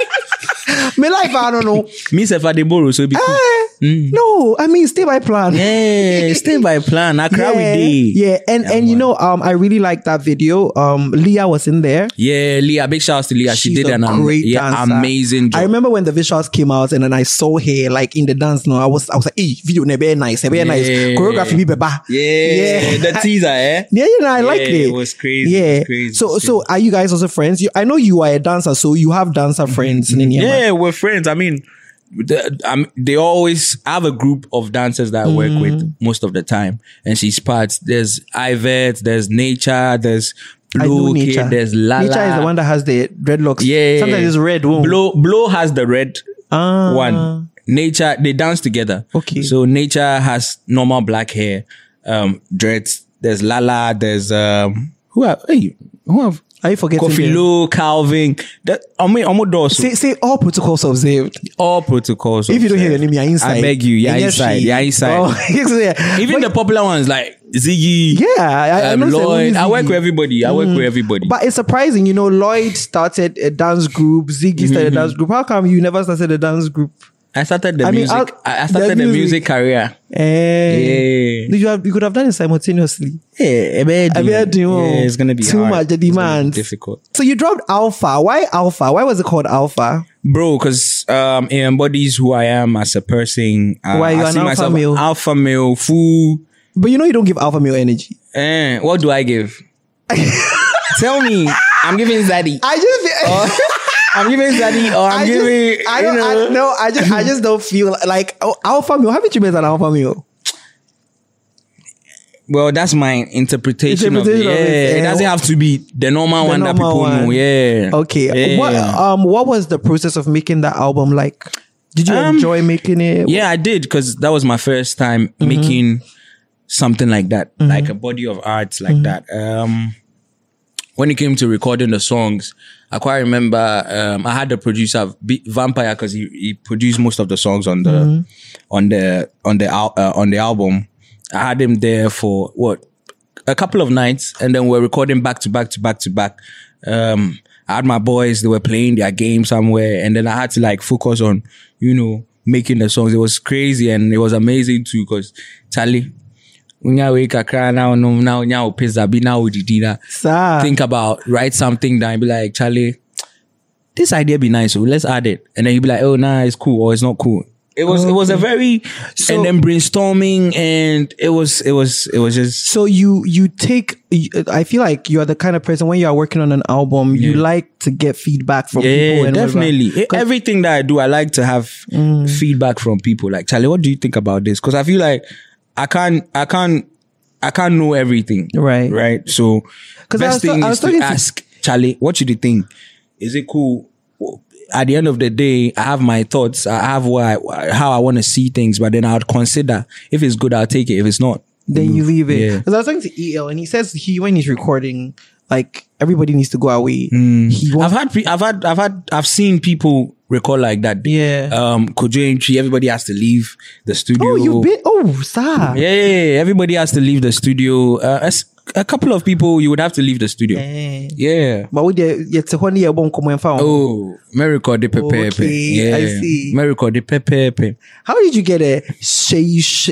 Speaker 1: My life, I don't know.
Speaker 2: Me sef I dey borrow so it be cool.
Speaker 1: Eh, No, I mean, stay by plan.
Speaker 2: Mm. Yeah, stay by plan. Accra we dey.
Speaker 1: Yeah, and and you know, um, I really like that video. Um, Leah was in there.
Speaker 2: Yeah, Leah. Big shout out to Leah. she
Speaker 1: She's
Speaker 2: did
Speaker 1: a
Speaker 2: an am-
Speaker 1: great
Speaker 2: yeah,
Speaker 1: dancer.
Speaker 2: amazing job.
Speaker 1: I remember when the visuals came out and then I saw her like in the dance. No, I was I was like, "Hey, video ne be nice, very nice,
Speaker 2: Yeah.
Speaker 1: choreography be beba."
Speaker 2: yeah, the teaser, eh?
Speaker 1: Yeah, you know, I liked
Speaker 2: Yeah,
Speaker 1: it.
Speaker 2: it was crazy,
Speaker 1: Yeah.
Speaker 2: it was crazy,
Speaker 1: so,
Speaker 2: crazy.
Speaker 1: so are you guys also friends? You, I know you are a dancer, so you have dancer friends. in Inyama.
Speaker 2: Mm-hmm, Yeah, we're friends. I mean, the, um, they always I have a group of dancers that I work
Speaker 1: Mm.
Speaker 2: with most of the time, and she's part. There's Ivet, there's Nature, there's
Speaker 1: I know
Speaker 2: Blue Kid,
Speaker 1: nature.
Speaker 2: there's Lala.
Speaker 1: Nature is the one that has the dreadlocks.
Speaker 2: yeah,
Speaker 1: sometimes it's red. Womb.
Speaker 2: Blow, Blow has the red
Speaker 1: Ah.
Speaker 2: one. Nature, they dance together.
Speaker 1: Okay.
Speaker 2: So Nature has normal black hair, um, dreads. There's Lala. There's um, who have hey, who have
Speaker 1: Are you forgetting?
Speaker 2: Kofi
Speaker 1: them?
Speaker 2: Lu, Calvin. That I mean, I'm
Speaker 1: Say, say all protocols observed.
Speaker 2: all protocols.
Speaker 1: If you don't
Speaker 2: observed.
Speaker 1: hear the name, you're inside.
Speaker 2: I beg you, you're
Speaker 1: And yes,
Speaker 2: inside.
Speaker 1: she-
Speaker 2: You're inside.
Speaker 1: Oh, yes, yeah.
Speaker 2: Even
Speaker 1: But-
Speaker 2: the popular ones like Ziggy.
Speaker 1: Yeah, I,
Speaker 2: um,
Speaker 1: I, know it's
Speaker 2: Lloyd.
Speaker 1: only
Speaker 2: I work
Speaker 1: Ziggy. Mm.
Speaker 2: with everybody. I work with everybody.
Speaker 1: But it's surprising, you know. Lloyd started a dance group. Ziggy
Speaker 2: Mm-hmm,
Speaker 1: started a dance group. How come you never started a dance group?
Speaker 2: I started the
Speaker 1: I mean,
Speaker 2: music.
Speaker 1: I'll-
Speaker 2: I I started
Speaker 1: the
Speaker 2: the music,
Speaker 1: music.
Speaker 2: career.
Speaker 1: Eh,
Speaker 2: Yeah.
Speaker 1: you have you could have done it simultaneously.
Speaker 2: Yeah,
Speaker 1: I mean, I do.
Speaker 2: yeah, it's gonna be
Speaker 1: too
Speaker 2: hard.
Speaker 1: much. The
Speaker 2: It's gonna be
Speaker 1: demand
Speaker 2: difficult,
Speaker 1: So you dropped Alpha. Why Alpha? Why was it called Alpha?
Speaker 2: bro. Because um, it embodies who I am as a person. Uh,
Speaker 1: Why you
Speaker 2: I
Speaker 1: an
Speaker 2: see
Speaker 1: alpha
Speaker 2: myself
Speaker 1: male?
Speaker 2: Alpha male, fool.
Speaker 1: But you know you don't give alpha male energy.
Speaker 2: Eh, what do I give? Tell me. I'm giving Zaddy.
Speaker 1: I just feel,
Speaker 2: I'm giving Zaddy, or I'm
Speaker 1: I just,
Speaker 2: giving.
Speaker 1: I
Speaker 2: you
Speaker 1: don't
Speaker 2: know.
Speaker 1: I, no, I just I just don't feel like oh, alpha male. Haven't you been an alpha male?
Speaker 2: Well, that's my interpretation, of it.
Speaker 1: Interpretation of it,
Speaker 2: Yeah, it
Speaker 1: eh.
Speaker 2: doesn't have to be the normal
Speaker 1: The
Speaker 2: one that
Speaker 1: normal
Speaker 2: people know.
Speaker 1: one.
Speaker 2: Yeah.
Speaker 1: Okay.
Speaker 2: Yeah.
Speaker 1: What um what was the process of making that album like? Did you
Speaker 2: Um,
Speaker 1: enjoy making it?
Speaker 2: yeah, I did because that was my first time making something like that, like a body of art like that. Um, when it came to recording the songs, I quite remember um, I had the producer B- Vampire because he, he produced most of the songs on the on the on the al- uh, on the album. I had him there for what a couple of nights, and then we're recording back to back to back to back. Um, I had my boys; they were playing their game somewhere, and then I had to like focus on, you know, making the songs. It was crazy and it was amazing too, because Charlie, now now now now pizza be now didina.
Speaker 1: Sir.
Speaker 2: Think about write something down, be like Charlie, this idea be nice, so let's add it, and then you be like, oh nah, it's cool or it's not cool. It was it was a very and then brainstorming and it was it was it was just
Speaker 1: so you you take you- I feel like you are the kind of person when you are working on an album you like to get feedback from people Oh, and whatever.
Speaker 2: definitely. E-
Speaker 1: 'Cause- Mm.
Speaker 2: Everything that I do, I like to have feedback from people. Like, Charlie, what do you think about this? Because I feel like I can't, I can't, I can't know everything.
Speaker 1: Right.
Speaker 2: Right. So,
Speaker 1: 'Cause I
Speaker 2: best
Speaker 1: was ta-
Speaker 2: thing
Speaker 1: I was
Speaker 2: is to
Speaker 1: talking to-
Speaker 2: ask Charlie, what should you think? Is it cool? At the end of the day, I have my thoughts. I have why, how I want to see things, but then I'd consider if it's good, I'll take it. If it's not,
Speaker 1: then you leave it.
Speaker 2: Yeah.
Speaker 1: Because I was talking to EL and he says he when he's recording, like everybody needs to go away. He
Speaker 2: Mm. I've
Speaker 1: wants
Speaker 2: had, pe- I've had, I've had, I've seen people record like that.
Speaker 1: Yeah.
Speaker 2: Um, Kojo entry, everybody has to leave the studio.
Speaker 1: Oh, you've been oh, sir.
Speaker 2: Yeah, yeah, yeah, everybody has to leave the studio. Uh, as- a couple of people, you would have to leave the studio.
Speaker 1: Eh.
Speaker 2: Yeah.
Speaker 1: But with the yet to honey album come and found.
Speaker 2: Oh, Miracle de Pepe.
Speaker 1: Okay,
Speaker 2: yeah.
Speaker 1: I see.
Speaker 2: Miracle de Pepe.
Speaker 1: How did you get a shay sh-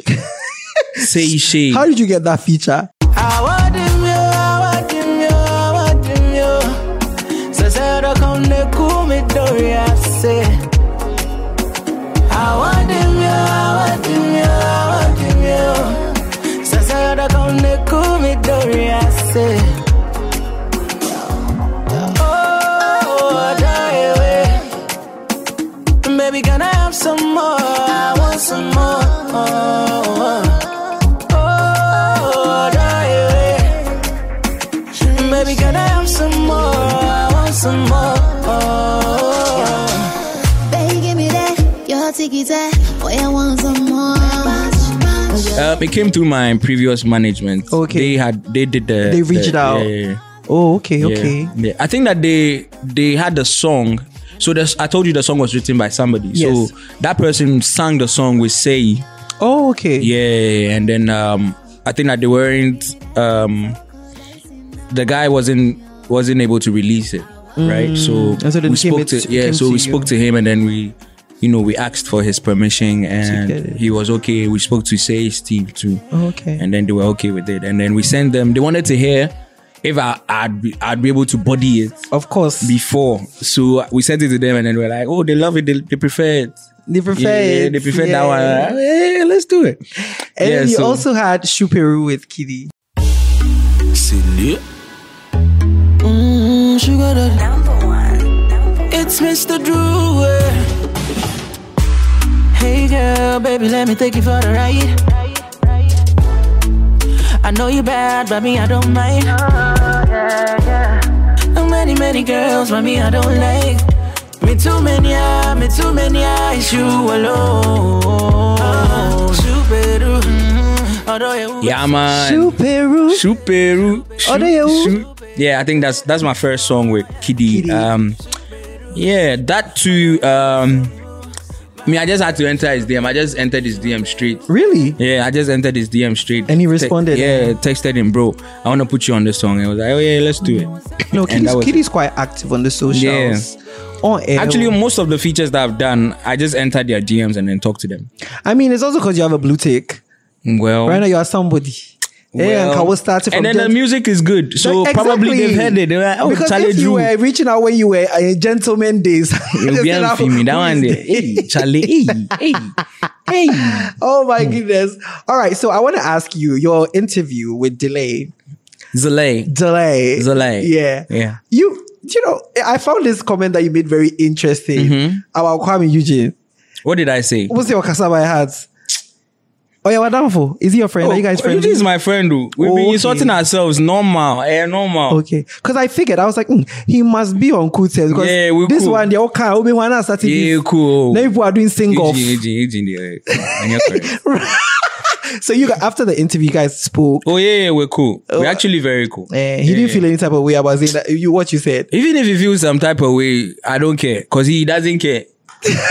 Speaker 2: Say she.
Speaker 1: How did you get that feature?
Speaker 9: Oh, eh. Baby, can I have some more? I want some more. Oh, die. Baby, can I have some more? I want some more.
Speaker 5: Baby, give me that. Your ticket, boy, I want some more.
Speaker 10: Oh,
Speaker 2: Um, it came through my previous management.
Speaker 1: Okay.
Speaker 2: They had, they did the.
Speaker 1: They reached
Speaker 2: the-
Speaker 1: out.
Speaker 2: yeah, yeah, yeah.
Speaker 1: Oh, okay,
Speaker 2: Yeah,
Speaker 1: okay.
Speaker 2: yeah. I think that they they had the song. So there's, I told you the song was written by somebody.
Speaker 1: Yes.
Speaker 2: So that person sang the song with Say.
Speaker 1: Oh, okay.
Speaker 2: Yeah, and then um, I think that they weren't. Um, the guy wasn't wasn't able to release it. right? So
Speaker 1: Mm. And so then
Speaker 2: we
Speaker 1: came
Speaker 2: spoke
Speaker 1: it-
Speaker 2: to yeah,
Speaker 1: came
Speaker 2: so
Speaker 1: to
Speaker 2: we
Speaker 1: you.
Speaker 2: spoke to him, and then we, you know, we asked for his permission,
Speaker 1: get it.
Speaker 2: and he was okay. We spoke to Say's team too,
Speaker 1: Oh, okay.
Speaker 2: and then they were okay with it. And then we sent them. They wanted to hear if I, I'd be, I'd be able to body it
Speaker 1: Of course,
Speaker 2: before. So we sent it to them, and then we are like, oh, they love it. They, they prefer it.
Speaker 1: they prefer
Speaker 2: Yeah,
Speaker 1: it.
Speaker 2: they prefer
Speaker 1: Yeah.
Speaker 2: that one. Yeah, let's do it.
Speaker 1: And
Speaker 2: yeah,
Speaker 1: then you
Speaker 2: so-
Speaker 1: also had Shu Peru with Kitty.
Speaker 9: Mm, sugar daddy.
Speaker 4: Number one. Number one.
Speaker 9: It's Mr. Drew. eh. Hey girl, baby, let me take you for the ride. I know you bad, but me, I don't mind. Too many, many girls, but me, I don't like. Me too many, ah, me too many, ah, it's you alone. Super, mm, although you-
Speaker 2: Yeah, man.
Speaker 1: Shu Peru.
Speaker 2: Shoo Peru. Shoo-
Speaker 1: Ode Ewu.
Speaker 2: Shoo- Yeah, I think that's that's my first song with Kiddy.
Speaker 1: Kiddy.
Speaker 2: Um, yeah, that too. Um, I mean, I just had to enter his DM. I just entered his DM straight.
Speaker 1: Really?
Speaker 2: Yeah, I just entered his DM straight.
Speaker 1: And he
Speaker 2: Te-
Speaker 1: responded?
Speaker 2: yeah, texted him, bro. I want to put you on this song. I was like, oh yeah, let's do it.
Speaker 1: No,
Speaker 2: And
Speaker 1: Kitty's,
Speaker 2: that was-
Speaker 1: Kitty's quite active on the socials. On air.
Speaker 2: Actually, most of the features that I've done, I just entered their DMs and then talked to them.
Speaker 1: I mean, it's also because you have a blue tick.
Speaker 2: Well,
Speaker 1: Right now, you are somebody. yeah, and
Speaker 2: well,
Speaker 1: Kawo started from
Speaker 2: and then
Speaker 1: gen-
Speaker 2: the music is good, so
Speaker 1: Like,
Speaker 2: probably
Speaker 1: exactly.
Speaker 2: they've heard it. They were like, oh,
Speaker 1: because
Speaker 2: Charlie
Speaker 1: if you
Speaker 2: Drew.
Speaker 1: were reaching out when you were uh, in gentleman days,
Speaker 2: You'll be
Speaker 1: Just now,
Speaker 2: on me. That
Speaker 1: who
Speaker 2: one
Speaker 1: is
Speaker 2: there. Hey, Charlie. Hey, hey, hey.
Speaker 1: Oh my goodness. All right. So I want to ask you your interview with Delay.
Speaker 2: Zelay.
Speaker 1: Delay.
Speaker 2: Delay.
Speaker 1: Yeah.
Speaker 2: Yeah.
Speaker 1: You, you know, I found this comment that you made very interesting
Speaker 2: Mm-hmm.
Speaker 1: about Kwame Eugene.
Speaker 2: What did I say?
Speaker 1: What's your cassava hats? Oh, yeah, what down for? Is he your friend? Are you guys friends?
Speaker 2: This Oh, is my friend. oh. We've been
Speaker 1: Okay.
Speaker 2: insulting ourselves. Normal. Eh, normal.
Speaker 1: Okay, because I figured I was like, hmm, he must be on cool terms because
Speaker 2: Yeah, we
Speaker 1: this
Speaker 2: cool.
Speaker 1: one they all can't. Obi Wan has started.
Speaker 2: Yeah,
Speaker 1: this.
Speaker 2: cool.
Speaker 1: Now people are doing sing off.
Speaker 2: Eugene, Eugene, Eugene, Eugene, yeah. And you're correct.
Speaker 1: So you guys, after the interview, you guys spoke.
Speaker 2: Oh yeah, yeah, we're cool. We're actually very cool.
Speaker 1: Eh, he didn't feel any type of way about saying that you what you said.
Speaker 2: Even if he feels some type of way, I don't care because he doesn't care.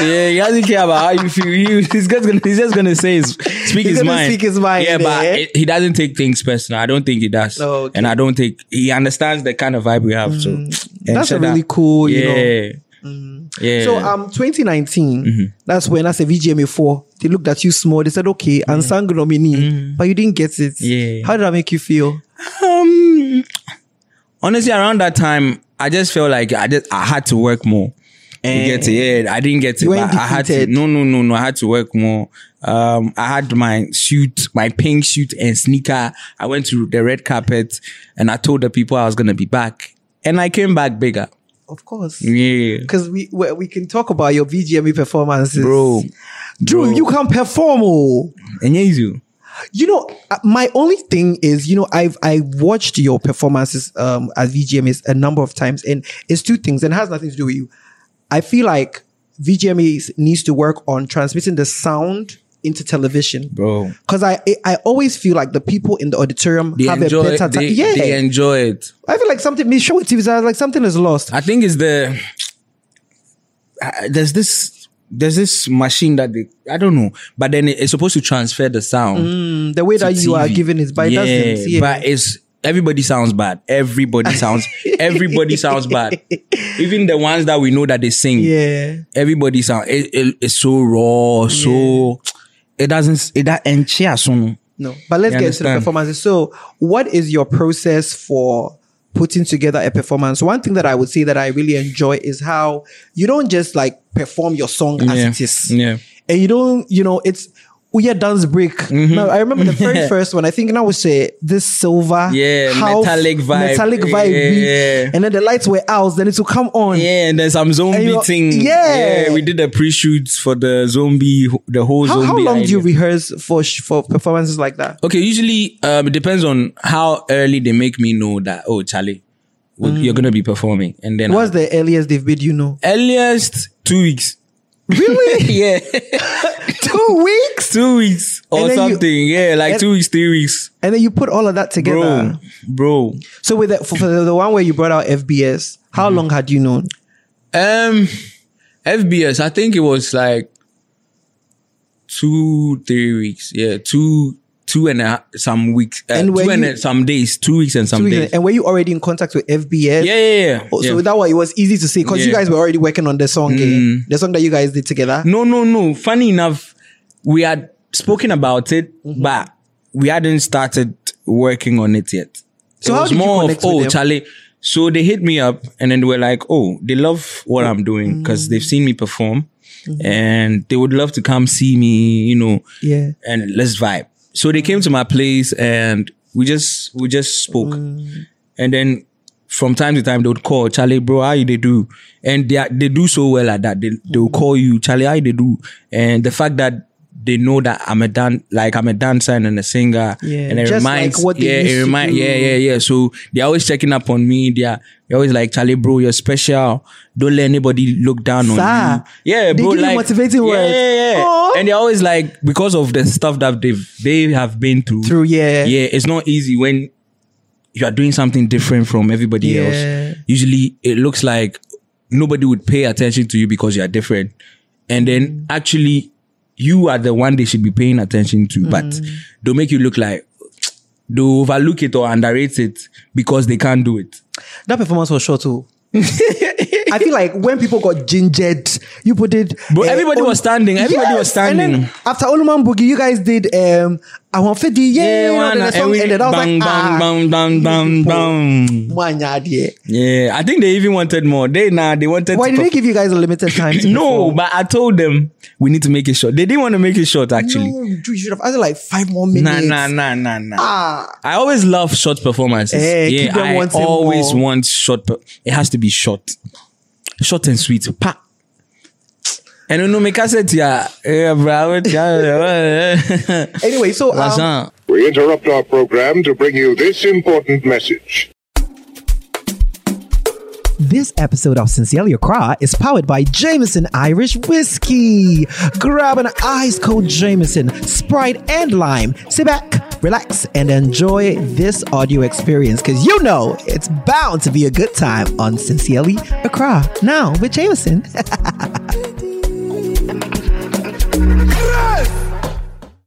Speaker 2: yeah, he doesn't care about how you feel. He- he's just gonna he's just gonna say his speak
Speaker 1: He's
Speaker 2: his
Speaker 1: gonna
Speaker 2: mind.
Speaker 1: speak his mind,
Speaker 2: Yeah, but
Speaker 1: eh?
Speaker 2: it- he doesn't take things personal. I don't think he does.
Speaker 1: Oh, okay. Mm,
Speaker 2: And I don't think he understands the kind of vibe we have. So and
Speaker 1: That's
Speaker 2: shut
Speaker 1: really
Speaker 2: up.
Speaker 1: cool, you
Speaker 2: Eh, Yeah. Mm-hmm.
Speaker 1: know.
Speaker 2: Yeah.
Speaker 1: So um 2019, that's when I said VGMA4, they looked at you small, they said, okay, and sang nominee, but you didn't get it.
Speaker 2: Mm-hmm. Yeah.
Speaker 1: How did that make you feel?
Speaker 2: Um, honestly, around that time, I just felt like I just I had to work more. You get it? Yeah, I didn't get it.
Speaker 1: Eh. You
Speaker 2: but
Speaker 1: weren't
Speaker 2: I had to.
Speaker 1: defeated.
Speaker 2: No, no, no, no. I had to work more. Um, I had my suit, my pink suit and sneaker. I went to the red carpet, and I told the people I was gonna be back, and I came back bigger.
Speaker 1: Of course.
Speaker 2: Yeah,
Speaker 1: Because we, we we can talk about your VGMA performances.
Speaker 2: bro.
Speaker 1: Drew,
Speaker 2: bro.
Speaker 1: you can perform. Oh.
Speaker 2: And yeah, you.
Speaker 1: You know, uh, my only thing is, you know, I've I watched your performances um at VGMAs a number of times, and it's two things, and it has nothing to do with you. I feel like VGMAs needs to work on transmitting the sound into television,
Speaker 2: Bro.
Speaker 1: Because I I- I always feel like the people in the auditorium
Speaker 2: They
Speaker 1: have
Speaker 2: enjoy.
Speaker 1: a better time.
Speaker 2: They,
Speaker 1: yeah,
Speaker 2: they enjoy it.
Speaker 1: I feel like something. Me show with TV, I was like something is lost.
Speaker 2: I think it's the I- there's this there's this machine that they I don't know, but then it- it's supposed to transfer the sound.
Speaker 1: Mm, the way
Speaker 2: to
Speaker 1: that you are
Speaker 2: TV.
Speaker 1: giving is by
Speaker 2: yeah,
Speaker 1: doesn't. Yeah.
Speaker 2: But it's everybody sounds bad. Everybody sounds everybody sounds bad. Even the ones that we know that they sing.
Speaker 1: yeah.
Speaker 2: Everybody sound it, it- it's so raw, so it doesn't it that and cheer soon.
Speaker 1: No, but let's
Speaker 2: You
Speaker 1: get into the
Speaker 2: understand?
Speaker 1: performances. So, what is your process for putting together a performance? One thing that I would say that I really enjoy is how you don't just like perform your song
Speaker 2: Yeah.
Speaker 1: as it is,
Speaker 2: Yeah.
Speaker 1: and you don't, you know, it's we are dance break.
Speaker 2: Mm-hmm.
Speaker 1: Now, I remember the very first one. I think now we say this silver,
Speaker 2: Yeah, metallic vibe.
Speaker 1: metallic vibe, beat.
Speaker 2: Yeah.
Speaker 1: and then the lights were out, then it will come on.
Speaker 2: Yeah, and then some zombie
Speaker 1: And you're-
Speaker 2: thing.
Speaker 1: Yeah.
Speaker 2: we did the pre-shoots for the zombie, the whole
Speaker 1: How,
Speaker 2: zombie.
Speaker 1: how long do
Speaker 2: idea.
Speaker 1: you rehearse for sh- for performances like that?
Speaker 2: Okay, usually um, it depends on how early they make me know that oh Charlie, we- you're gonna be performing, and then
Speaker 1: What's the earliest they've made you know?
Speaker 2: earliest two weeks.
Speaker 1: Really,
Speaker 2: Yeah,
Speaker 1: two weeks.
Speaker 2: two weeks
Speaker 1: And
Speaker 2: or
Speaker 1: then you-
Speaker 2: something. yeah, like
Speaker 1: and-
Speaker 2: two weeks, three weeks,
Speaker 1: And then you put all of that together.
Speaker 2: bro, bro.
Speaker 1: So with the, for, for the one where you brought out FBS, how
Speaker 2: Mm-hmm.
Speaker 1: long had you known?
Speaker 2: Um, FBS, I think it was like two, three weeks. Yeah, two, two and a, some weeks, uh,
Speaker 1: And were
Speaker 2: two and
Speaker 1: you-
Speaker 2: a- some days, two weeks and some
Speaker 1: Two
Speaker 2: days.
Speaker 1: years. And were you already in contact with FBS?
Speaker 2: yeah, yeah, yeah.
Speaker 1: Oh, so
Speaker 2: yeah.
Speaker 1: that way it was easy to see because you
Speaker 2: Yeah. Mm.
Speaker 1: guys were already working on the song, eh? the song that you guys did together.
Speaker 2: No, no, no. Funny enough, we had spoken about it,
Speaker 1: Mm-hmm.
Speaker 2: but we hadn't started working on it yet.
Speaker 1: So
Speaker 2: it
Speaker 1: how
Speaker 2: was
Speaker 1: did you
Speaker 2: more
Speaker 1: connect
Speaker 2: of
Speaker 1: with
Speaker 2: oh,
Speaker 1: them?"
Speaker 2: Charlie. So they hit me up and then they were like, oh, they love what I'm doing because they've seen me perform and they would love to come see me, you know,
Speaker 1: Yeah.
Speaker 2: and let's vibe. So they came to my place and we just we just spoke.
Speaker 1: Mm.
Speaker 2: And then from time to time they would call Charlie, bro, how you they do? And they are, they do so well at that. They they'll call you, Charlie, how you they do? And the fact that they know that I'm a dan- like I'm a dancer and a singer.
Speaker 1: Yeah,
Speaker 2: and it
Speaker 1: just
Speaker 2: reminds
Speaker 1: like what they
Speaker 2: yeah,
Speaker 1: used to
Speaker 2: it remind,
Speaker 1: do.
Speaker 2: yeah, yeah, yeah. So they're always checking up on me. They're they're always like, Charlie, bro, you're special. Don't let anybody look down
Speaker 1: Sir,
Speaker 2: on you. Yeah,
Speaker 1: they
Speaker 2: bro.
Speaker 1: give you
Speaker 2: like,
Speaker 1: motivating
Speaker 2: yeah,
Speaker 1: words. Oh.
Speaker 2: Yeah, yeah.
Speaker 1: Aw.
Speaker 2: And they're always like, because of the stuff that they've they have been through.
Speaker 1: Through, yeah.
Speaker 2: Yeah, it's not easy when you are doing something different from everybody
Speaker 1: Yeah.
Speaker 2: else. Usually it looks like nobody would pay attention to you because you are different. And
Speaker 1: Mm.
Speaker 2: then actually you are the one they should be paying attention to. But
Speaker 1: Mm.
Speaker 2: they'll make you look like they overlook it or underrate it because they can't do it.
Speaker 1: That performance was short too. I feel like when people got gingered, you put it. eh,
Speaker 2: But everybody was standing. Everybody was
Speaker 1: And then
Speaker 2: standing.
Speaker 1: after Oluman Boogie, you guys did um, I want 50 yeah, yeah and then the song
Speaker 2: we-
Speaker 1: ended. I was
Speaker 2: bang,
Speaker 1: like, ah, eh.
Speaker 2: bang, bang, bang, bang, bang.
Speaker 1: mwanya, yeah.
Speaker 2: Yeah, I think they even wanted more. They nah, they wanted.
Speaker 1: Why
Speaker 2: to
Speaker 1: did they
Speaker 2: perf-
Speaker 1: give you guys a limited time? To
Speaker 2: No,
Speaker 1: perform?
Speaker 2: but I told them we need to make it short. They didn't want to make it short actually.
Speaker 1: no, dude, you should have added like five more minutes.
Speaker 2: Nah, nah, nah, nah, nah.
Speaker 1: Ah,
Speaker 2: I always love short performances.
Speaker 1: Eh, keep
Speaker 2: yeah,
Speaker 1: them
Speaker 2: I
Speaker 1: wanting
Speaker 2: always
Speaker 1: more.
Speaker 2: want short. Per- it has to be short, short and sweet. Pa. And you know, make us it, yeah, yeah, bravo, yeah.
Speaker 1: anyway, so um,
Speaker 2: Lazan.
Speaker 11: We interrupt our program to bring you this important message.
Speaker 1: this episode of Sincerely Accra is powered by Jameson Irish Whiskey. Grab an ice cold Jameson, Sprite, and lime. Sit back, relax, and enjoy this audio experience because you know it's bound to be a good time on Sincerely Accra. Now with Jameson.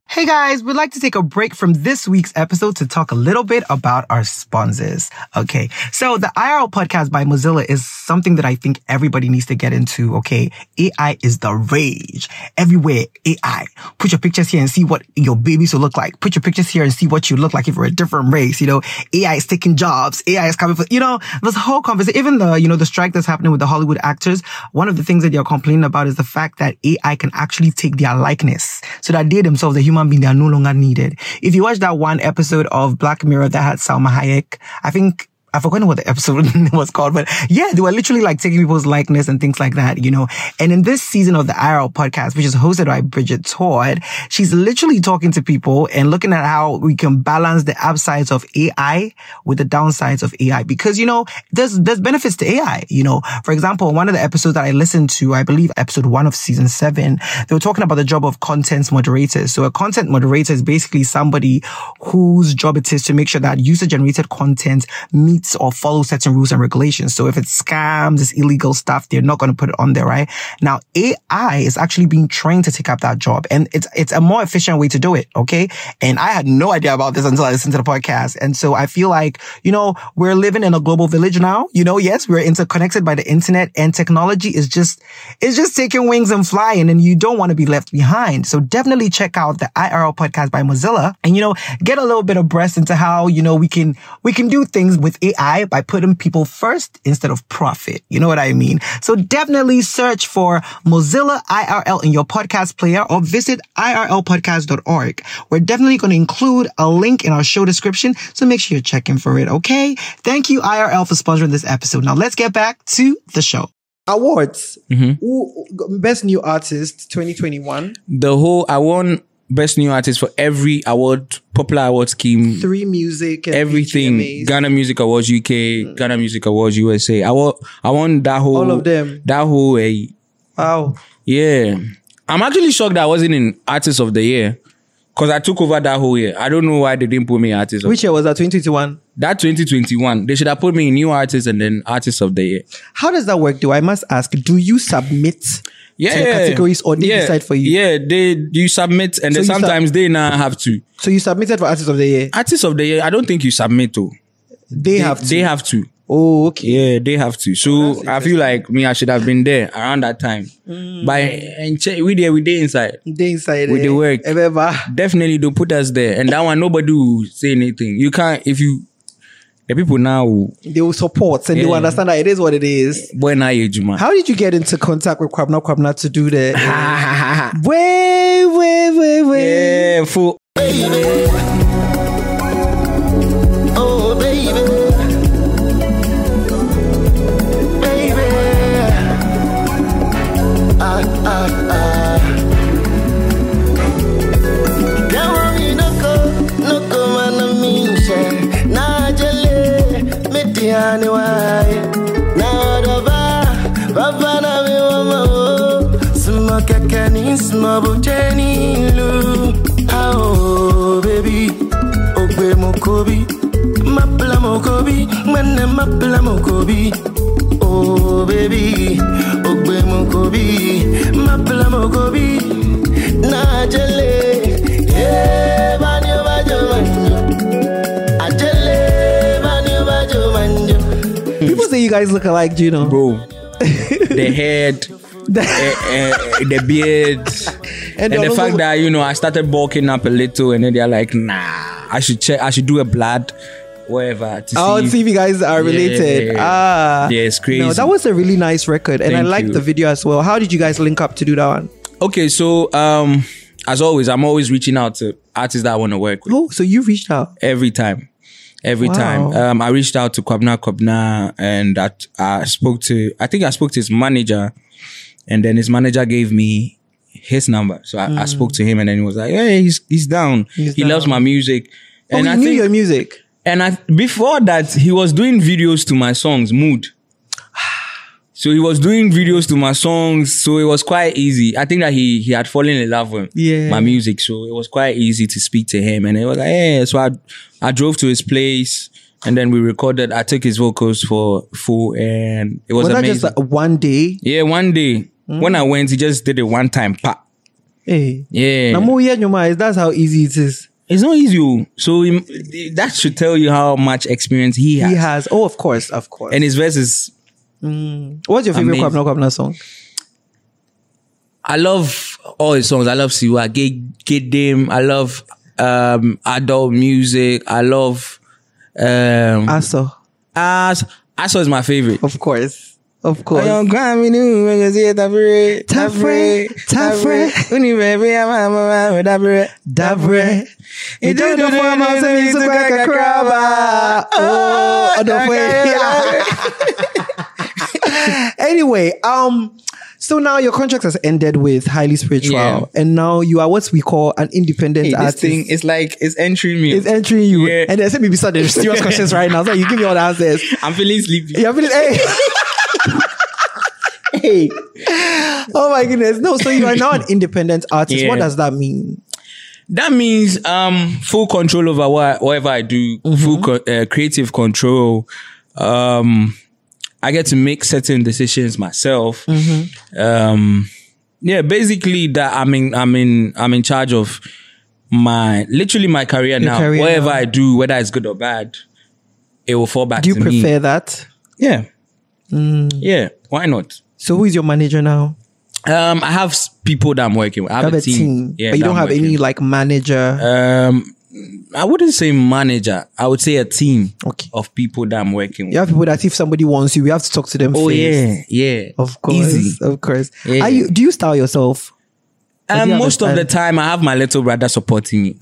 Speaker 1: Hey guys, we'd like to take a break from this week's episode to talk a little bit about our sponsors. Okay. So the IRL podcast by Mozilla is something that I think everybody needs to get into. Okay. AI is the rage everywhere. AI. Put your pictures here and see what your babies will look like. Put your pictures here and see what you look like if you're a different race. You know, AI is taking jobs. AI is coming for, you know, this whole conversation, even the, you know, the strike that's happening with the Hollywood actors. One of the things that you're complaining about is the fact that AI can actually take their likeness so that they themselves, the human being, they are no longer needed. If you watch that one episode of Black Mirror that had Salma Hayek, I think I've forgotten what the episode was called, but yeah, they were literally like taking people's likeness and things like that, you know. And in this season of the IRL podcast, which is hosted by Bridget Todd, she's literally talking to people and looking at how we can balance the upsides of AI with the downsides of AI. Because, you know, there's, there's benefits to AI, you know. For example, one of the episodes that I listened to, I believe episode one of season seven, they were talking about the job of content moderators. So a content moderator is basically somebody whose job it is to make sure that user generated content meets or follows certain rules and regulations. So if it's scams, it's illegal stuff, they're not going to put it on there, right? Now AI is actually being trained to take up that job and it's, it's a more efficient way to do it. Okay. And I had no idea about this until I listened to the podcast. And so I feel like, you know, we're living in a global village now. You know, yes, we're interconnected by the internet and technology is just, it's just taking wings and flying and you don't want to be left behind. So definitely check out the IRL podcast by Mozilla and, you know, get a little bit of breast into how, you know, we can, we can do things with AI by putting people first instead of profit. You know what I mean? So definitely search for Mozilla IRL in your podcast player or visit IRLpodcast.org. We're definitely going to include a link in our show description. So make sure you're checking for it. Okay. Thank you IRL for sponsoring this episode. Now let's get back to the show awards.
Speaker 2: Mm-hmm.
Speaker 1: Who- best new artist 2021,
Speaker 2: the whole I won best new artist for every award, popular award scheme,
Speaker 1: three music, and
Speaker 2: everything.
Speaker 1: VGMAs.
Speaker 2: Ghana Music Awards UK, Ghana Music Awards USA. I won, I won that whole
Speaker 1: Mm. All of them.
Speaker 2: That whole eh,
Speaker 1: Wow.
Speaker 2: yeah. I'm actually shocked that I wasn't in Artist of the Year Because I took over that whole year. I don't know why they didn't put me artist. of-
Speaker 1: Which year was that? 2021.
Speaker 2: that 2021, they should have put me in new artist and then artist of the year.
Speaker 1: How does that work, though? I must ask. Do you submit
Speaker 2: Yeah,
Speaker 1: to the categories or they
Speaker 2: yeah,
Speaker 1: decide for you?
Speaker 2: Yeah, they you submit and
Speaker 1: So
Speaker 2: then
Speaker 1: you sub-
Speaker 2: sometimes they now have to.
Speaker 1: So you submitted for Artist of the Year.
Speaker 2: Artist of the year, I don't think you submit to.
Speaker 1: They, have to.
Speaker 2: They have to.
Speaker 1: Oh, okay.
Speaker 2: Yeah, they have to. So I feel like me, I should have been there around that time. But and che- we there, we there inside.
Speaker 1: They inside
Speaker 2: With
Speaker 1: eh,
Speaker 2: the work.
Speaker 1: Remember?
Speaker 2: Definitely don't put us there. And that one nobody will say anything. You can't if you the people now will-
Speaker 1: They will support and they will
Speaker 2: Yeah.
Speaker 1: understand that it is what it is.
Speaker 2: boy na ye juma.
Speaker 1: How did you get into contact with Kwabna Kwabna to do that? way, way, way, way.
Speaker 2: Yeah, fool.
Speaker 7: Oh, baby. Baby. Ah, ah, ah. Don't worry, no go, no go, man, I mean, shit. Nah, jelly, me the honey, why? Now, the bar, Baba, na me mama, oh. Smoke a canny, smoke Jenny, Lou. Ah, oh, baby. ogbe mokobi mapla mokobi mene mapla mokobi oh baby ogbe mokobi mapla mokobi najele eh, banyo banyo banyo. Ajele, banyo banyo banyo.
Speaker 1: People say you guys look alike, do you know?
Speaker 2: Bro. the head. eh, eh, the beard
Speaker 1: And
Speaker 2: and,
Speaker 1: the
Speaker 2: the fact
Speaker 1: logo-
Speaker 2: that you know I started bulking up a little and then they're like nah I should check I should do a blood wherever to
Speaker 1: Oh,
Speaker 2: see
Speaker 1: see if you guys are related.
Speaker 2: Yeah.
Speaker 1: Ah,
Speaker 2: Yeah, it's crazy.
Speaker 1: No, that was a really nice record, and I
Speaker 2: Thank
Speaker 1: liked
Speaker 2: you.
Speaker 1: the video as well. How did you guys link up to do that one?
Speaker 2: Okay, so um, as always, I'm always reaching out to artists that I want to work with
Speaker 1: Oh, so you reached out.
Speaker 2: every time. Every
Speaker 1: Wow.
Speaker 2: time, um, I reached out to Kwabna Kwabna and I, I spoke to, I think I spoke to his manager, and then his manager gave me his number. So I, I spoke to him, and then he was like, "Hey, he's he's down.
Speaker 1: Mm. He's
Speaker 2: he loves
Speaker 1: down.
Speaker 2: my music."
Speaker 1: Oh,
Speaker 2: and
Speaker 1: he
Speaker 2: I
Speaker 1: knew
Speaker 2: think,
Speaker 1: your music.
Speaker 2: and I before that he was doing videos to my songs, Mood. So he was doing videos to my songs, so it was quite easy. I think that he he had fallen in love with
Speaker 1: Yeah.
Speaker 2: my music, so it was quite easy to speak to him. And it was like, yeah. So I I drove to his place, and then we recorded. I took his vocals for full, and it was,
Speaker 1: Was that
Speaker 2: amazing.
Speaker 1: just like Hmm. one day?
Speaker 2: yeah, one day when I went, he just did it one time. Pa.
Speaker 1: Hey.
Speaker 2: Yeah,
Speaker 1: Na mo yɛ nnwuma is- That's how easy it is.
Speaker 2: it's not easy. oh. So he- that should tell you how much experience he has.
Speaker 1: He has. Oh, of course, of course.
Speaker 2: and his verse is
Speaker 1: What's your favorite
Speaker 2: Amazing.
Speaker 1: Kwabna Kwabna song?
Speaker 2: I love all his songs. I love Siwa, Get Get Dim. I love um, adult music. I love um,
Speaker 1: Aso,
Speaker 2: As. Aso is my favorite.
Speaker 1: of course, of course.
Speaker 2: Ayo, Grammy, new, make you see it, Tafre,
Speaker 1: Tafre, Tafre.
Speaker 2: Uni, baby, I'm a man with Tafre.
Speaker 1: Dabre.
Speaker 2: It do do do
Speaker 1: form
Speaker 2: do
Speaker 1: of
Speaker 2: do
Speaker 1: service to
Speaker 2: do do
Speaker 1: crack a
Speaker 2: do
Speaker 1: crabber. Oh,
Speaker 2: Oh,
Speaker 1: I don't
Speaker 2: crack
Speaker 1: play.
Speaker 2: a
Speaker 1: Anyway, um, so now your contract has ended with Highly Spiritual,
Speaker 2: Yeah.
Speaker 1: and now you are what we call an independent
Speaker 2: Hey, this
Speaker 1: artist.
Speaker 2: thing is like, it's entering me.
Speaker 1: it's entering you,
Speaker 2: Yeah.
Speaker 1: and there's maybe some there's serious questions right now. So you give me all the answers.
Speaker 2: I'm feeling sleepy.
Speaker 1: Yeah, but hey. hey. Oh my goodness. No, so you are now an independent artist.
Speaker 2: Yeah.
Speaker 1: What does that mean?
Speaker 2: That means um full control over what whatever I do,
Speaker 1: Mm-hmm.
Speaker 2: full co- uh, creative control. Um, I get to make certain decisions myself.
Speaker 1: Mm-hmm.
Speaker 2: Um, yeah, basically that I'm in I'm in I'm in charge of my literally my career now.
Speaker 1: career
Speaker 2: whatever
Speaker 1: now.
Speaker 2: I do, whether it's good or bad, it will fall back.
Speaker 1: Do you
Speaker 2: to
Speaker 1: prefer Mm.
Speaker 2: Me.
Speaker 1: that?
Speaker 2: Yeah, yeah. Why not?
Speaker 1: So who is your manager now?
Speaker 2: Um, I have s- people that I'm working with. I have,
Speaker 1: You
Speaker 2: a team. Yeah,
Speaker 1: but you
Speaker 2: that
Speaker 1: don't
Speaker 2: I'm
Speaker 1: have
Speaker 2: working
Speaker 1: any
Speaker 2: with.
Speaker 1: like manager.
Speaker 2: Um, I wouldn't say manager. I would say a team
Speaker 1: Okay.
Speaker 2: of people that I'm working with.
Speaker 1: you have people that if somebody wants you, we have to talk to them
Speaker 2: Oh
Speaker 1: first.
Speaker 2: yeah, yeah.
Speaker 1: Of course.
Speaker 2: Easy.
Speaker 1: Of course.
Speaker 2: Yeah.
Speaker 1: Are you do you style yourself?
Speaker 2: And
Speaker 1: you
Speaker 2: most of the time, I have my little brother supporting me.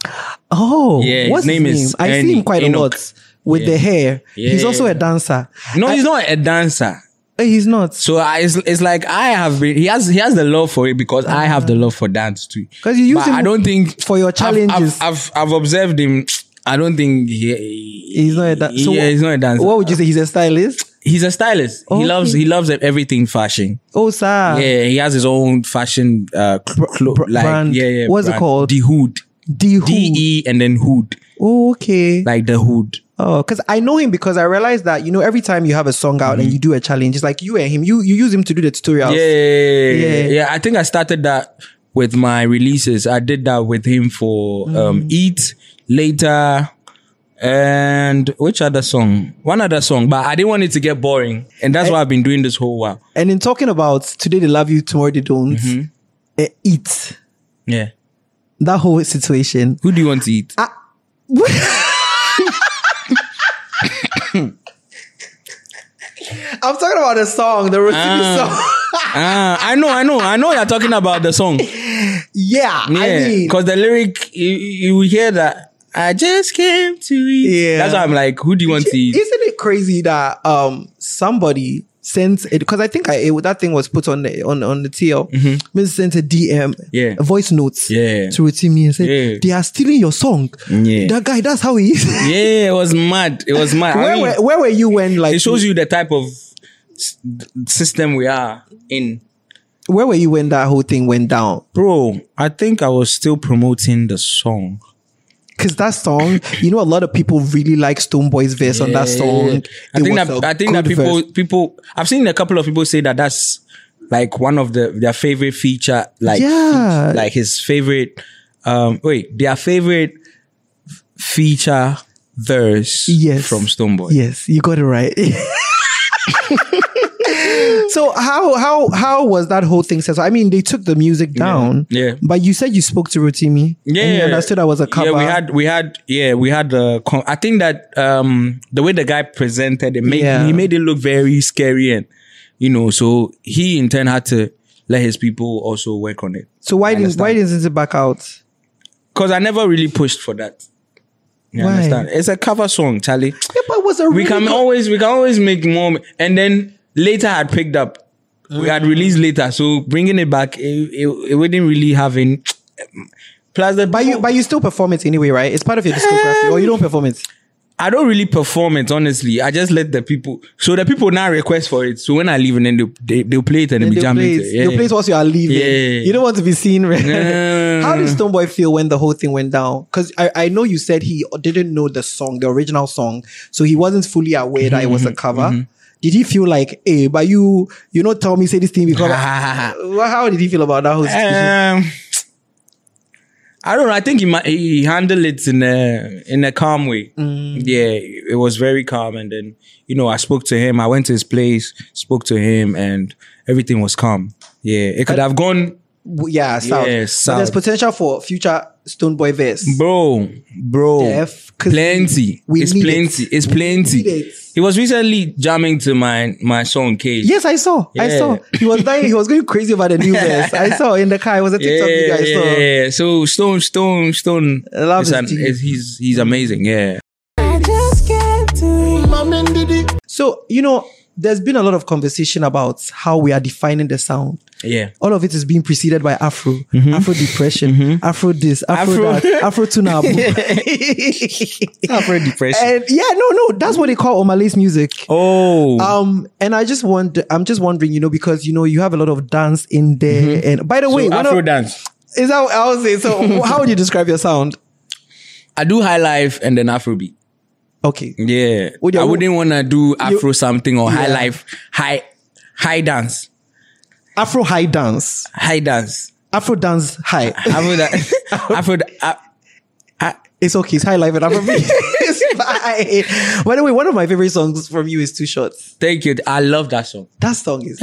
Speaker 1: Oh,
Speaker 2: Yeah, his
Speaker 1: what's
Speaker 2: name is
Speaker 1: I see
Speaker 2: Ernie
Speaker 1: him quite a
Speaker 2: Enoch.
Speaker 1: lot with the hair. He's
Speaker 2: Yeah.
Speaker 1: also a dancer.
Speaker 2: No, he's not a dancer.
Speaker 1: Eh, He's not.
Speaker 2: So I, it's, it's like I have been. He has he has the love for it because I have the love for dance too.
Speaker 1: 'Cause you use
Speaker 2: But
Speaker 1: him
Speaker 2: I don't think
Speaker 1: for your
Speaker 2: I've-
Speaker 1: challenges.
Speaker 2: I've I've, I've observed him. I don't think he,
Speaker 1: He's not a dancer.
Speaker 2: yeah, he's not a dancer.
Speaker 1: What would you say? He's a stylist?
Speaker 2: he's a stylist.
Speaker 1: Okay.
Speaker 2: He loves he loves everything fashion.
Speaker 1: Oh, sir.
Speaker 2: Yeah, he has his own fashion uh, cl- cl-
Speaker 1: br-
Speaker 2: like
Speaker 1: brand.
Speaker 2: yeah, yeah.
Speaker 1: What's it
Speaker 2: brand.
Speaker 1: called?
Speaker 2: The Hood.
Speaker 1: D
Speaker 2: D E and then Hood.
Speaker 1: Oh, okay.
Speaker 2: Like the Hood.
Speaker 1: Oh, because I know him because I realized that you know every time you have a song out and you do a challenge, it's like you and him. You you use him to do the tutorials.
Speaker 2: Mm-hmm. Yeah,
Speaker 1: Yeah.
Speaker 2: yeah. I think I started that with my releases. I did that with him for um,
Speaker 1: Mm.
Speaker 2: Eat Later and which other song? One other song, but I didn't want it to get boring. And
Speaker 1: Eh.
Speaker 2: that's what I've been doing this whole while.
Speaker 1: And in talking about today they love you, tomorrow they don't. eh, eat
Speaker 2: Mm-hmm. Yeah.
Speaker 1: that whole situation.
Speaker 2: Who do you want to eat?
Speaker 1: I'm talking about the song, the Rosini song.
Speaker 2: Ah, I know, I know, I know you're talking about the song.
Speaker 1: yeah, I
Speaker 2: Yeah,
Speaker 1: mean,
Speaker 2: because the lyric you, you hear that I just came to eat.
Speaker 1: Yeah.
Speaker 2: that's why I'm like, who do you want to eat?
Speaker 1: isn't it crazy that um somebody sent it because I think I it, that thing was put on the on on the TL. Miss sent a DM,
Speaker 2: Mm-hmm. Yeah.
Speaker 1: a voice notes,
Speaker 2: Yeah.
Speaker 1: to Rotimi and said
Speaker 2: Yeah.
Speaker 1: they are stealing your song.
Speaker 2: Yeah.
Speaker 1: That guy, that's how he is.
Speaker 2: Yeah, it was mad. It was mad. I
Speaker 1: where,
Speaker 2: mean,
Speaker 1: were, where were you when like
Speaker 2: it shows you the type of s- system we are in.
Speaker 1: where were you when that whole thing went down?
Speaker 2: Bro, I think I was still promoting the song.
Speaker 1: Because that song, you know, a lot of people really like Stone Boy's verse on that song.
Speaker 2: I
Speaker 1: It
Speaker 2: think
Speaker 1: was
Speaker 2: that
Speaker 1: a
Speaker 2: I think that
Speaker 1: good
Speaker 2: people
Speaker 1: verse.
Speaker 2: people I've seen a couple of people say that that's like one of the their favorite feature like
Speaker 1: Yeah.
Speaker 2: like his favorite um wait their favorite f- feature verse
Speaker 1: yes
Speaker 2: from Stoneboy.
Speaker 1: Yes, you got it right. so how how how was that whole thing set? So, I mean, they took the music down.
Speaker 2: yeah.
Speaker 1: But you said you spoke to Rotimi. And you understood I was a cover.
Speaker 2: Yeah, we had, we had, yeah, we had the. Con- I think that um the way the guy presented it made
Speaker 1: Yeah.
Speaker 2: he made it look very scary, and you know, so he in turn had to let his people also work on it.
Speaker 1: so why didn't why didn't it back out?
Speaker 2: Cause I never really pushed for that. You
Speaker 1: Why?
Speaker 2: understand? It's a cover song, Charlie.
Speaker 1: Yeah, but it was a
Speaker 2: we
Speaker 1: really
Speaker 2: can
Speaker 1: good-
Speaker 2: always we can always make more, and then later I had picked up. We had released later, so bringing it back, it, it, it wouldn't really have any. Plus, the
Speaker 1: but you but you still perform it anyway, right? It's part of your discography, or you don't perform it.
Speaker 2: I don't really perform it, honestly. I just let the people. So the people now request for it. So when I leave, and then they they they'll play it and
Speaker 1: Then
Speaker 2: they'll be
Speaker 1: they'll play
Speaker 2: jamming
Speaker 1: it.
Speaker 2: it. Yeah.
Speaker 1: They'll play it once you are leaving.
Speaker 2: Yeah.
Speaker 1: You don't want to be seen. Right?
Speaker 2: No.
Speaker 1: How did Stone Boy feel when the whole thing went down? Because I, I know you said he didn't know the song, the original song, so he wasn't fully aware that it was
Speaker 2: Mm-hmm.
Speaker 1: a cover. Did he feel like, hey, but you, you know, tell me say this thing because Well, how did he feel about that whole situation?
Speaker 2: Um, I don't know. I think he ma- he handled it in a in a calm way.
Speaker 1: Mm.
Speaker 2: Yeah, it was very calm. And then you know, I spoke to him. I went to his place, spoke to him, and everything was calm. Um, Yeah, it could have gone,
Speaker 1: W- yeah, south.
Speaker 2: Yeah,
Speaker 1: But there's
Speaker 2: south.
Speaker 1: potential for future Stone Boy verse.
Speaker 2: bro, bro.
Speaker 1: Def, 'cause
Speaker 2: plenty.
Speaker 1: we
Speaker 2: it's
Speaker 1: need it.
Speaker 2: plenty. It's
Speaker 1: We
Speaker 2: plenty.
Speaker 1: need it.
Speaker 2: He was recently jamming to my my song Cage.
Speaker 1: Yes, I saw. I
Speaker 2: Yeah.
Speaker 1: saw. He was dying. He was going crazy about the new verse. I saw in the car. It was a TikTok video. I saw.
Speaker 2: yeah. So Stone, Stone, Stone.
Speaker 1: I love
Speaker 2: is
Speaker 1: his
Speaker 2: an-
Speaker 1: team.
Speaker 2: is- he's he's amazing. Yeah.
Speaker 1: So, you know, there's been a lot of conversation about how we are defining the sound.
Speaker 2: Yeah.
Speaker 1: All of it is being preceded by Afro, Afro depression, Afro this, Afro,
Speaker 2: Mm-hmm. Afro-
Speaker 1: that, Afro tunab.
Speaker 2: Afro depression.
Speaker 1: and yeah, no, no, that's what they call Omalay's music.
Speaker 2: oh.
Speaker 1: Um, and I just want, I'm just wondering, you know, because you know, you have a lot of dance in there. And by the way,
Speaker 2: Mm-hmm. so
Speaker 1: one
Speaker 2: Afro
Speaker 1: of-
Speaker 2: dance.
Speaker 1: is that what I was saying? So, how would you describe your sound?
Speaker 2: I do high life and then Afrobeat.
Speaker 1: Okay,
Speaker 2: Yeah.
Speaker 1: Would Oh, you-
Speaker 2: I wouldn't want to do Afro something or high
Speaker 1: Yeah.
Speaker 2: life, high high dance,
Speaker 1: Afro high dance,
Speaker 2: high dance.
Speaker 1: Afro dance high.
Speaker 2: Afro dance. Afro. da- uh,
Speaker 1: It's okay. It's high life and Afrobeat. it's fine. By the way, one of my favorite songs from you is Two Shots.
Speaker 2: thank you. I love that song.
Speaker 1: That song is.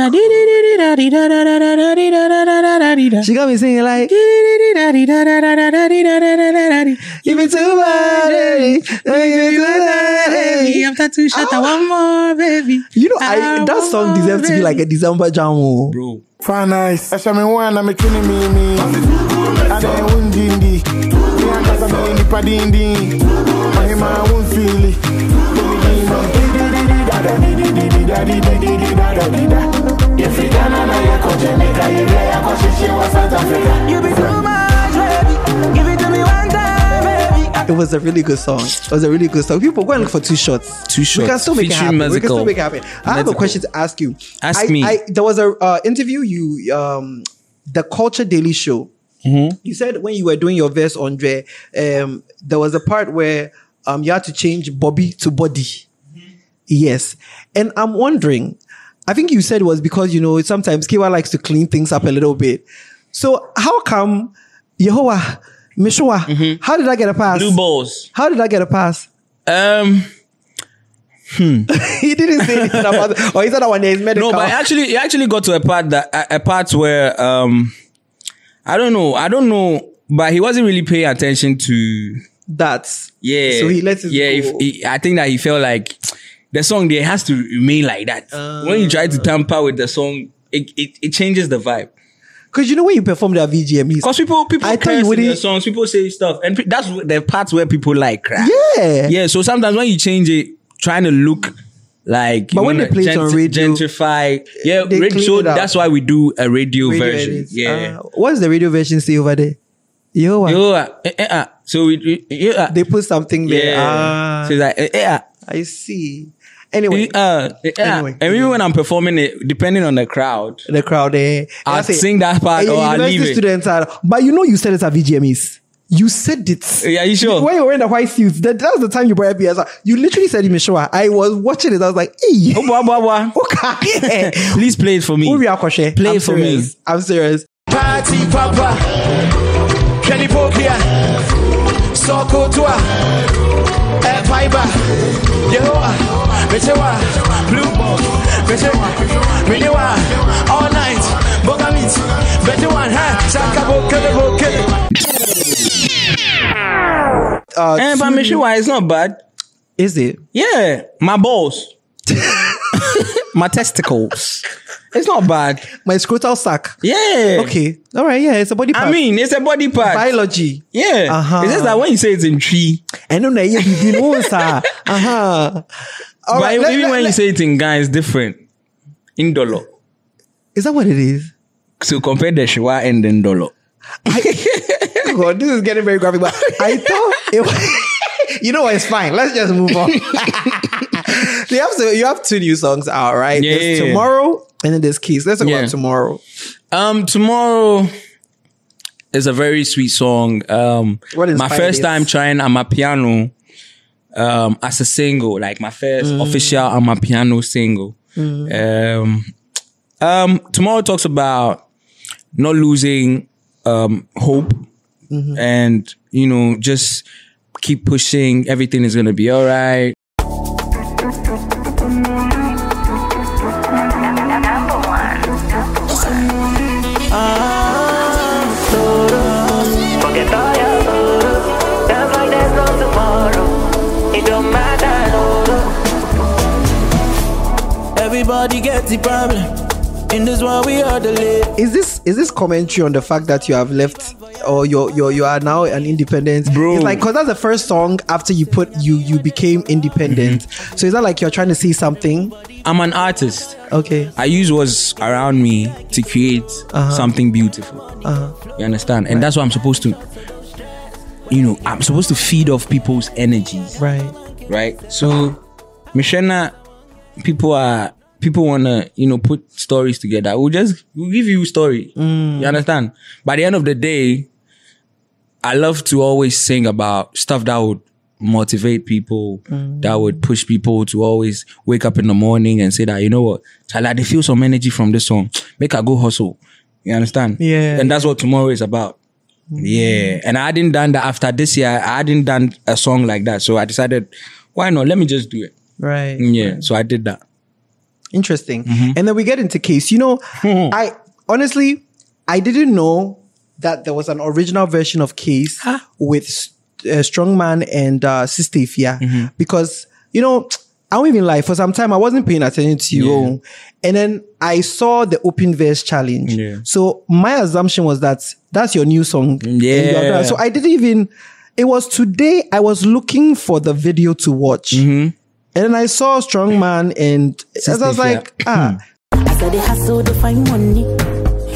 Speaker 1: She got me singing like. Give me two more.
Speaker 2: After two shots, I want more, baby.
Speaker 1: You know, I, that song deserves to be like a December jam. oh.
Speaker 2: Bro,
Speaker 8: Fine nice. Esha me wana me chuni mi mi. Ade unjindi. Mi akasa me ni padindi. Mahima unfili.
Speaker 9: You be too much, baby. Give it to me one time, baby.
Speaker 1: It was a really good song. It was a really good song. People go and look for two shots.
Speaker 2: Two
Speaker 1: We can
Speaker 2: Shots,
Speaker 1: still make it
Speaker 2: featuring
Speaker 1: happen. We can still
Speaker 2: Mezcal.
Speaker 1: make it happen. I have a
Speaker 2: Mezcal.
Speaker 1: question to ask you.
Speaker 2: Ask
Speaker 1: I,
Speaker 2: me.
Speaker 1: I, there was a uh, interview you, um, the Culture Daily Show
Speaker 2: Mm-hmm.
Speaker 1: You said when you were doing your verse, Andre, um, there was a part where um, you had to change Bobby to Body. Yes. And I'm wondering, I think you said it was because, you know, sometimes Kiwa likes to clean things up a little bit. So how come Yehovah, Meshua, how did I get a pass?
Speaker 2: Mm-hmm. Blue balls.
Speaker 1: How did I get a pass?
Speaker 2: Um,
Speaker 1: he didn't say anything about it. Or he said that one is medical.
Speaker 2: No, but it actually, it actually got to a part that a, a part where um, I don't know, I don't know, but he wasn't really paying attention to
Speaker 1: That's
Speaker 2: yeah.
Speaker 1: So he let it
Speaker 2: yeah.
Speaker 1: go.
Speaker 2: If he, I think that he felt like the song there has to remain like that. when you try to tamper with the song, it, it, it changes the vibe.
Speaker 1: Because you know when you performed at VGM, he's-
Speaker 2: Because people people
Speaker 1: I
Speaker 2: I
Speaker 1: thought you
Speaker 2: curse in their
Speaker 1: wouldn't.
Speaker 2: songs, people say stuff, and pe- that's the part where people like cry.
Speaker 1: Yeah.
Speaker 2: yeah. So sometimes when you change it, trying to look like, you
Speaker 1: But when
Speaker 2: wanna
Speaker 1: they play it on
Speaker 2: genti-
Speaker 1: radio,
Speaker 2: gentrify, yeah,
Speaker 1: they
Speaker 2: radio,
Speaker 1: clean
Speaker 2: so
Speaker 1: it up.
Speaker 2: that's why we do a radio,
Speaker 1: Radio
Speaker 2: version.
Speaker 1: edits.
Speaker 2: Yeah,
Speaker 1: Uh, what's the radio version say over there? Yehovah.
Speaker 2: yo, uh, eh, eh, ah. so we, we yo, ah.
Speaker 1: They put something there.
Speaker 2: yeah,
Speaker 1: Ah,
Speaker 2: so it's like, eh, eh, ah.
Speaker 1: I see. Anyway,
Speaker 2: Eh, ah, eh, ah.
Speaker 1: Anyway.
Speaker 2: and even when I'm performing it, depending on the crowd,
Speaker 1: the crowd eh? there.
Speaker 2: I'll
Speaker 1: That's it.
Speaker 2: sing that part
Speaker 1: Eh,
Speaker 2: or I'll
Speaker 1: university
Speaker 2: leave it.
Speaker 1: students are, but you know you said it at VGMEs. You said it.
Speaker 2: Yeah, Eh, you sure?
Speaker 1: When you were in the white suits, that, that was the time you brought BSR. You literally said it, Mishwa. I was watching it. I was like, hey.
Speaker 2: Oh, blah, blah, blah.
Speaker 1: Okay.
Speaker 2: Please play it for me.
Speaker 1: Who we are, Kwashe?
Speaker 2: Play
Speaker 1: I'm
Speaker 2: it for me.
Speaker 1: serious. I'm serious.
Speaker 12: Party Papa, Kenny Pokia, Soko Tua, Air Fiber, Yehoa, Metewa, Blue Ball, Metewa, Metewa, All Night, Boga Meat,
Speaker 2: Eh,
Speaker 12: Betewan, Ha, Saka Boke, Boke.
Speaker 1: Uh,
Speaker 2: Eh, but
Speaker 1: Tulu-
Speaker 2: Meshuwa, it's not bad.
Speaker 1: Is it?
Speaker 2: Yeah, my balls, my testicles. It's not bad.
Speaker 1: My scrotal sack.
Speaker 2: Yeah.
Speaker 1: Okay. All right. Yeah. It's a body part.
Speaker 2: I mean, it's a body part.
Speaker 1: biology.
Speaker 2: yeah.
Speaker 1: Uh-huh.
Speaker 2: It's just that when you say it's in tree,
Speaker 1: I know that you know, sir. Uh huh.
Speaker 2: but even when you say it in guy, it's different. Indolo.
Speaker 1: is that what it is?
Speaker 2: So compare the Shiwa and the Indolo.
Speaker 1: I, God, this is getting very graphic. But I thought it was. You know what? It's fine. Let's just move on. you have to, you have two new songs out, right?
Speaker 2: Yeah.
Speaker 1: There's tomorrow and then there's Keys. Let's talk
Speaker 2: Yeah.
Speaker 1: about tomorrow.
Speaker 2: Um, tomorrow is a very sweet song. Um,
Speaker 1: What
Speaker 2: my
Speaker 1: inspired
Speaker 2: first
Speaker 1: it?
Speaker 2: time trying Amapiano um, as a single, like my first
Speaker 1: Mm.
Speaker 2: official Amapiano single. Um, um, tomorrow talks about not losing um, hope
Speaker 1: Mm-hmm.
Speaker 2: and, you know, just keep pushing. Everything is going to be all right.
Speaker 13: Forget all your sorrow. Dance like there's no tomorrow. It don't matter, no, no.
Speaker 9: Everybody gets the problem. In this world, we are the lead.
Speaker 1: Is this is this commentary on the fact that you have left or you you you are now an independent?
Speaker 2: Bro.
Speaker 1: it's like because that's the first song after you put you you became independent.
Speaker 2: Mm-hmm.
Speaker 1: So is that like you're trying to say something?
Speaker 2: I'm an artist.
Speaker 1: Okay.
Speaker 2: I use what's around me to create something beautiful. You understand? And that's what I'm supposed to, you know, I'm supposed to feed off people's energies,
Speaker 1: Right.
Speaker 2: right? So, Mishena, people are, people want to, you know, put stories together. We'll just, we'll give you a story. You understand? By the end of the day, I love to always sing about stuff that would motivate people, that would push people to always wake up in the morning and say that, you know what, child, I dey feel some energy from this song. Make I go hustle. You understand?
Speaker 1: Yeah.
Speaker 2: And that's what tomorrow is about. Yeah. And I hadn't done that after this year. I hadn't done a song like that. So I decided, why not? Let me just do it.
Speaker 1: Right.
Speaker 2: Yeah. So I did that.
Speaker 1: Interesting.
Speaker 2: Mm-hmm.
Speaker 1: And then we get into case. You know, I honestly I didn't know that there was an original version of case with uh, Strongman and uh, Sistefia
Speaker 2: Mm-hmm.
Speaker 1: because you know I won't even lie. For some time, I wasn't paying attention to you,
Speaker 2: Yeah.
Speaker 1: and then I saw the open verse challenge.
Speaker 2: Yeah.
Speaker 1: So my assumption was that that's your new song. and you have done-
Speaker 2: Yeah.
Speaker 1: So I didn't even. It was today. I was looking for the video to watch.
Speaker 2: Mm-hmm.
Speaker 1: And then I saw Strong Man and as I was
Speaker 2: Sistefia.
Speaker 1: like, ah,
Speaker 10: I said they hustle to find money.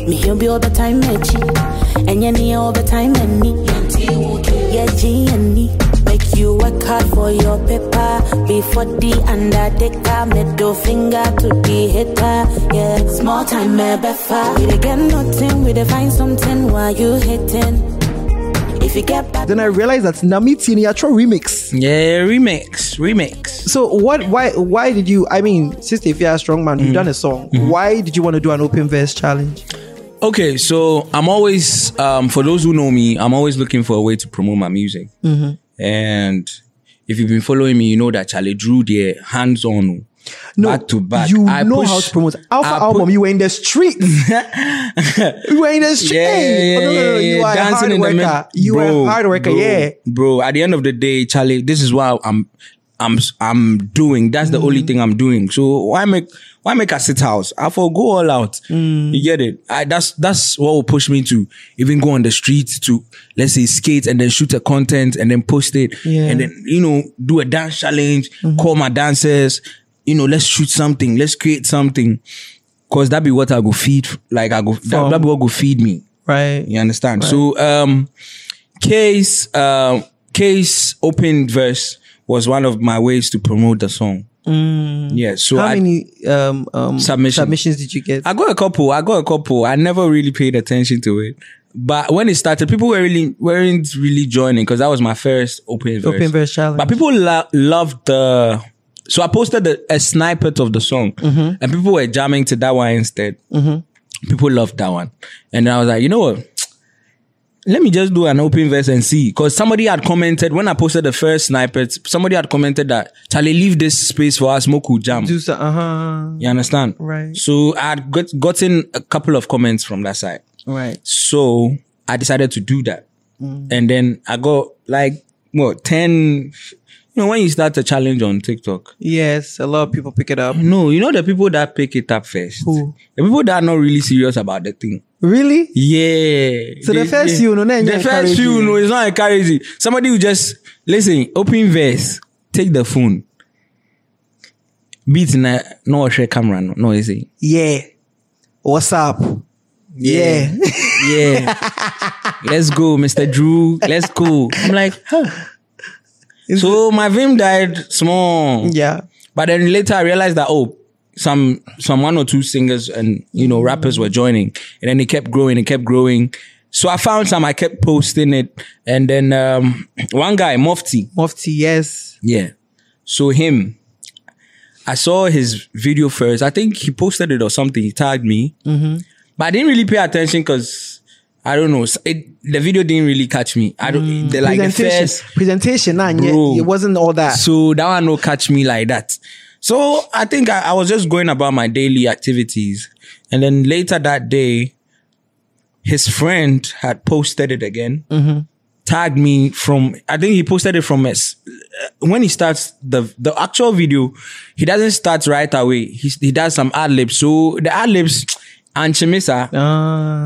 Speaker 10: Me he'll be all the time edgy. And you need all the time money. Yeah, G and E. Make you work hard for your paper. Before the undertaker, middle finger to the hitter. Yeah, small time, eh, befa. We dey get nothing, we dey find something. Why why you hating? If you get back,
Speaker 1: Then I realized that's Nami Tiniatro remix.
Speaker 2: Yeah, remix, remix.
Speaker 1: So what? Why? Why did you? I mean, since if you're a strong man,
Speaker 2: Hmm.
Speaker 1: you've done a song. Why did you want to do an open verse challenge?
Speaker 2: Okay, so I'm always, um, for those who know me, I'm always looking for a way to promote my music.
Speaker 1: Mhm.
Speaker 2: Mm-hmm. And if you've been following me, you know that Charlie Drew there, hands on, back to back.
Speaker 1: you
Speaker 2: I
Speaker 1: know
Speaker 2: push-
Speaker 1: how to promote. Alpha
Speaker 2: I
Speaker 1: album, you were in the streets. you were in the streets.
Speaker 2: yeah,
Speaker 1: Oh, no, no, no,
Speaker 2: yeah,
Speaker 1: You
Speaker 2: yeah,
Speaker 1: are a
Speaker 2: dancing
Speaker 1: hard
Speaker 2: in the mid-
Speaker 1: worker. You are
Speaker 2: Bro,
Speaker 1: a hard worker.
Speaker 2: bro,
Speaker 1: Yeah.
Speaker 2: bro. At the end of the day, Charlie, this is what I'm, I'm, I'm doing. That's the
Speaker 1: Mm.
Speaker 2: only thing I'm doing. So why make, why make a sit house? I for go all out.
Speaker 1: Mm.
Speaker 2: You get it? I, that's that's what will push me to even go on the street to let's say skate and then shoot a content and then post it
Speaker 1: Yeah. Mm-hmm.
Speaker 2: and then you know do a dance challenge. Call my dancers. You know, let's shoot something. Let's create something. Cause that be what I go feed. Like I go that,
Speaker 1: From-
Speaker 2: that be what go feed me.
Speaker 1: Right.
Speaker 2: You understand? So um case um case open verse was one of my ways to promote the song.
Speaker 1: Mm.
Speaker 2: Yeah. So
Speaker 1: how
Speaker 2: I
Speaker 1: many um, um,
Speaker 2: Submission.
Speaker 1: submissions did you get?
Speaker 2: I got a couple. I got a couple. I never really paid attention to it. But when it started, people were really weren't really joining because that was my first open verse.
Speaker 1: Open verse challenge.
Speaker 2: But people lo- loved the. So I posted a, a snippet of the song,
Speaker 1: Mhm.
Speaker 2: and people were jamming to that one instead.
Speaker 1: Mhm.
Speaker 2: People loved that one, and then I was like, you know what? Let me just do an open verse and see, because somebody had commented when I posted the first snippet. Somebody had commented that Charlie, leave this space for us, Moku jam.
Speaker 1: Do so, uh huh.
Speaker 2: You understand?
Speaker 1: Right.
Speaker 2: So I had got, gotten a couple of comments from that side.
Speaker 1: Right.
Speaker 2: So I decided to do that.
Speaker 1: Mm.
Speaker 2: And then I got like, what, 10, you know, when you start a challenge on TikTok.
Speaker 1: Yes, a lot of people pick it up.
Speaker 2: No, you know the people that pick it up first.
Speaker 1: Who?
Speaker 2: The people that are not really serious about the thing.
Speaker 1: Really?
Speaker 2: Yeah.
Speaker 1: So the
Speaker 2: They-
Speaker 1: first
Speaker 2: they-
Speaker 1: few, no, no,
Speaker 2: The
Speaker 1: no,
Speaker 2: first few,
Speaker 1: encouraging.
Speaker 2: no, it's not encouraging. Somebody who just, listen, open verse, take the phone. Beat na, no, share camera, no, no, easy.
Speaker 1: Yeah. What's up? Yeah.
Speaker 2: yeah. Let's go, Mr. Drew. Let's go. I'm like, huh. So my Vim died small.
Speaker 1: Yeah.
Speaker 2: But then later I realized that oh, some some one or two singers and you know rappers were joining. And then it kept growing, it kept growing. So I found some, I kept posting it. And then um one guy, Mofti.
Speaker 1: Mofti, yes.
Speaker 2: Yeah. So him. I saw his video first. I think he posted it or something. He tagged me.
Speaker 1: Mm-hmm.
Speaker 2: But I didn't really pay attention because I don't know. s- It, the video didn't really catch me. I don't the, like the
Speaker 1: Mm. presentation, Ah.
Speaker 2: first
Speaker 1: presentation, nah, yeah,
Speaker 2: Bro.
Speaker 1: it wasn't all that.
Speaker 2: so that one no catch me like that. So I think I, I was just going about my daily activities, and then later that day, his friend had posted it again,
Speaker 1: Mhm.
Speaker 2: tagged me from. I think he posted it from us. When he starts the the actual video, he doesn't start right away. He he does some ad libs. So the ad libs. And Chimisa.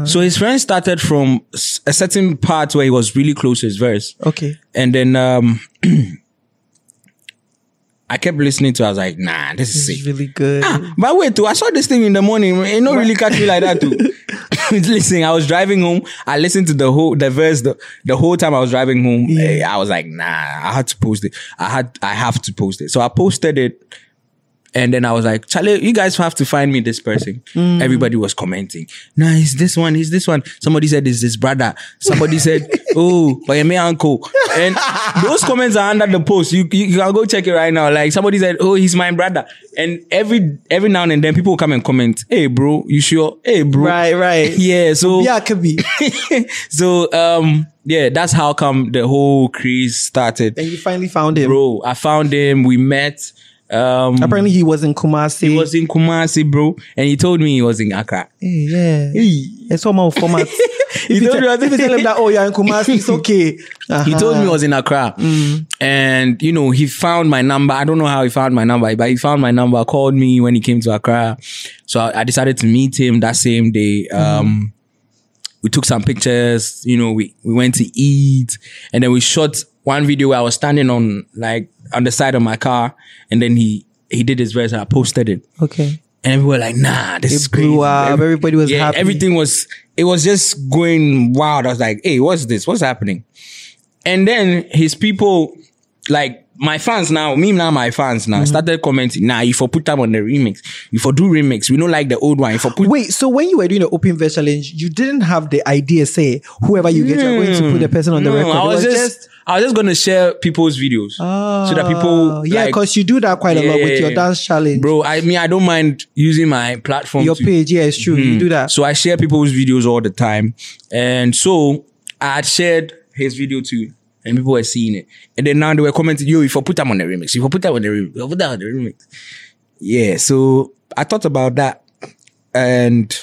Speaker 2: so his friend started from s- a certain part where he was really close to his verse.
Speaker 1: okay.
Speaker 2: And then um I kept listening to it. I was like, nah, this is sick.
Speaker 1: Really good.
Speaker 2: But wait, too, I saw this thing in the morning. It not really catch me like that too. Listen, I was driving home. I listened to the whole the verse the, the whole time I was driving home. Eh, I was like, nah, I had to post it. I had I have to post it. So I posted it. And then I was like, Charlie, you guys have to find me this person.
Speaker 1: Mm.
Speaker 2: Everybody was commenting. Nah, it's this one, it's this one. Somebody said it's this brother. Somebody said, oh, but my uncle. And those comments are under the post. You, you you can go check it right now. Like somebody said, oh, he's my brother. And every every now and then people will come and comment, hey bro, you sure? Hey bro.
Speaker 1: Right, right.
Speaker 2: Yeah. So
Speaker 1: Yeah, it could be.
Speaker 2: so um yeah, that's how come the whole craze started.
Speaker 1: And you finally found him.
Speaker 2: Bro, I found him. We met. Um,
Speaker 1: Apparently, he was in Kumasi.
Speaker 2: he was in Kumasi, bro, and he told me he was in Accra.
Speaker 1: Hey, yeah. It's all my format. if,
Speaker 2: He
Speaker 1: you
Speaker 2: told
Speaker 1: tell,
Speaker 2: me-
Speaker 1: if you tell him that, oh, you're in Kumasi, it's okay.
Speaker 2: He told me he
Speaker 1: Uh-huh.
Speaker 2: was in Accra, and you know he found my number. I don't know how he found my number, but he found my number, called me when he came to Accra. So I, I decided to meet him that same day. Um, we took some pictures. You know, we we went to eat, and then we shot one video where I was standing on like on the side of my car, and then he he did his verse and I posted it.
Speaker 1: Okay.
Speaker 2: And we were like, nah, this
Speaker 1: It
Speaker 2: is crazy.
Speaker 1: blew up.
Speaker 2: Every-
Speaker 1: Everybody was
Speaker 2: yeah,
Speaker 1: happy.
Speaker 2: Everything was, it was just going wild. I was like, hey, what's this? What's happening? And then his people, like, my fans now, me now, my fans
Speaker 1: Mm-hmm.
Speaker 2: now started commenting. Now, nah, if I put them on the remix, if I do remix, we don't like the old one. If I put
Speaker 1: Wait, so when you were doing the open verse challenge, you didn't have the idea, say, whoever you get, you're going to put the person on the
Speaker 2: No,
Speaker 1: record.
Speaker 2: Hmm, I
Speaker 1: It
Speaker 2: was, just, I was just gonna share people's videos so that people
Speaker 1: Ah, Oh, yeah,
Speaker 2: like,
Speaker 1: because you do that quite a lot with your
Speaker 2: Yeah.
Speaker 1: dance challenge.
Speaker 2: Bro, I mean, I don't mind using my platform.
Speaker 1: Your page, yeah, it's true. You
Speaker 2: Mhm.
Speaker 1: do that.
Speaker 2: So I share people's videos all the time, and so I had shared his video too, and people were seeing it, and then now they were commenting, "Yo, if I put them on the remix, if I put them on the remix, if I put them on the remix." Yeah, so I thought about that, and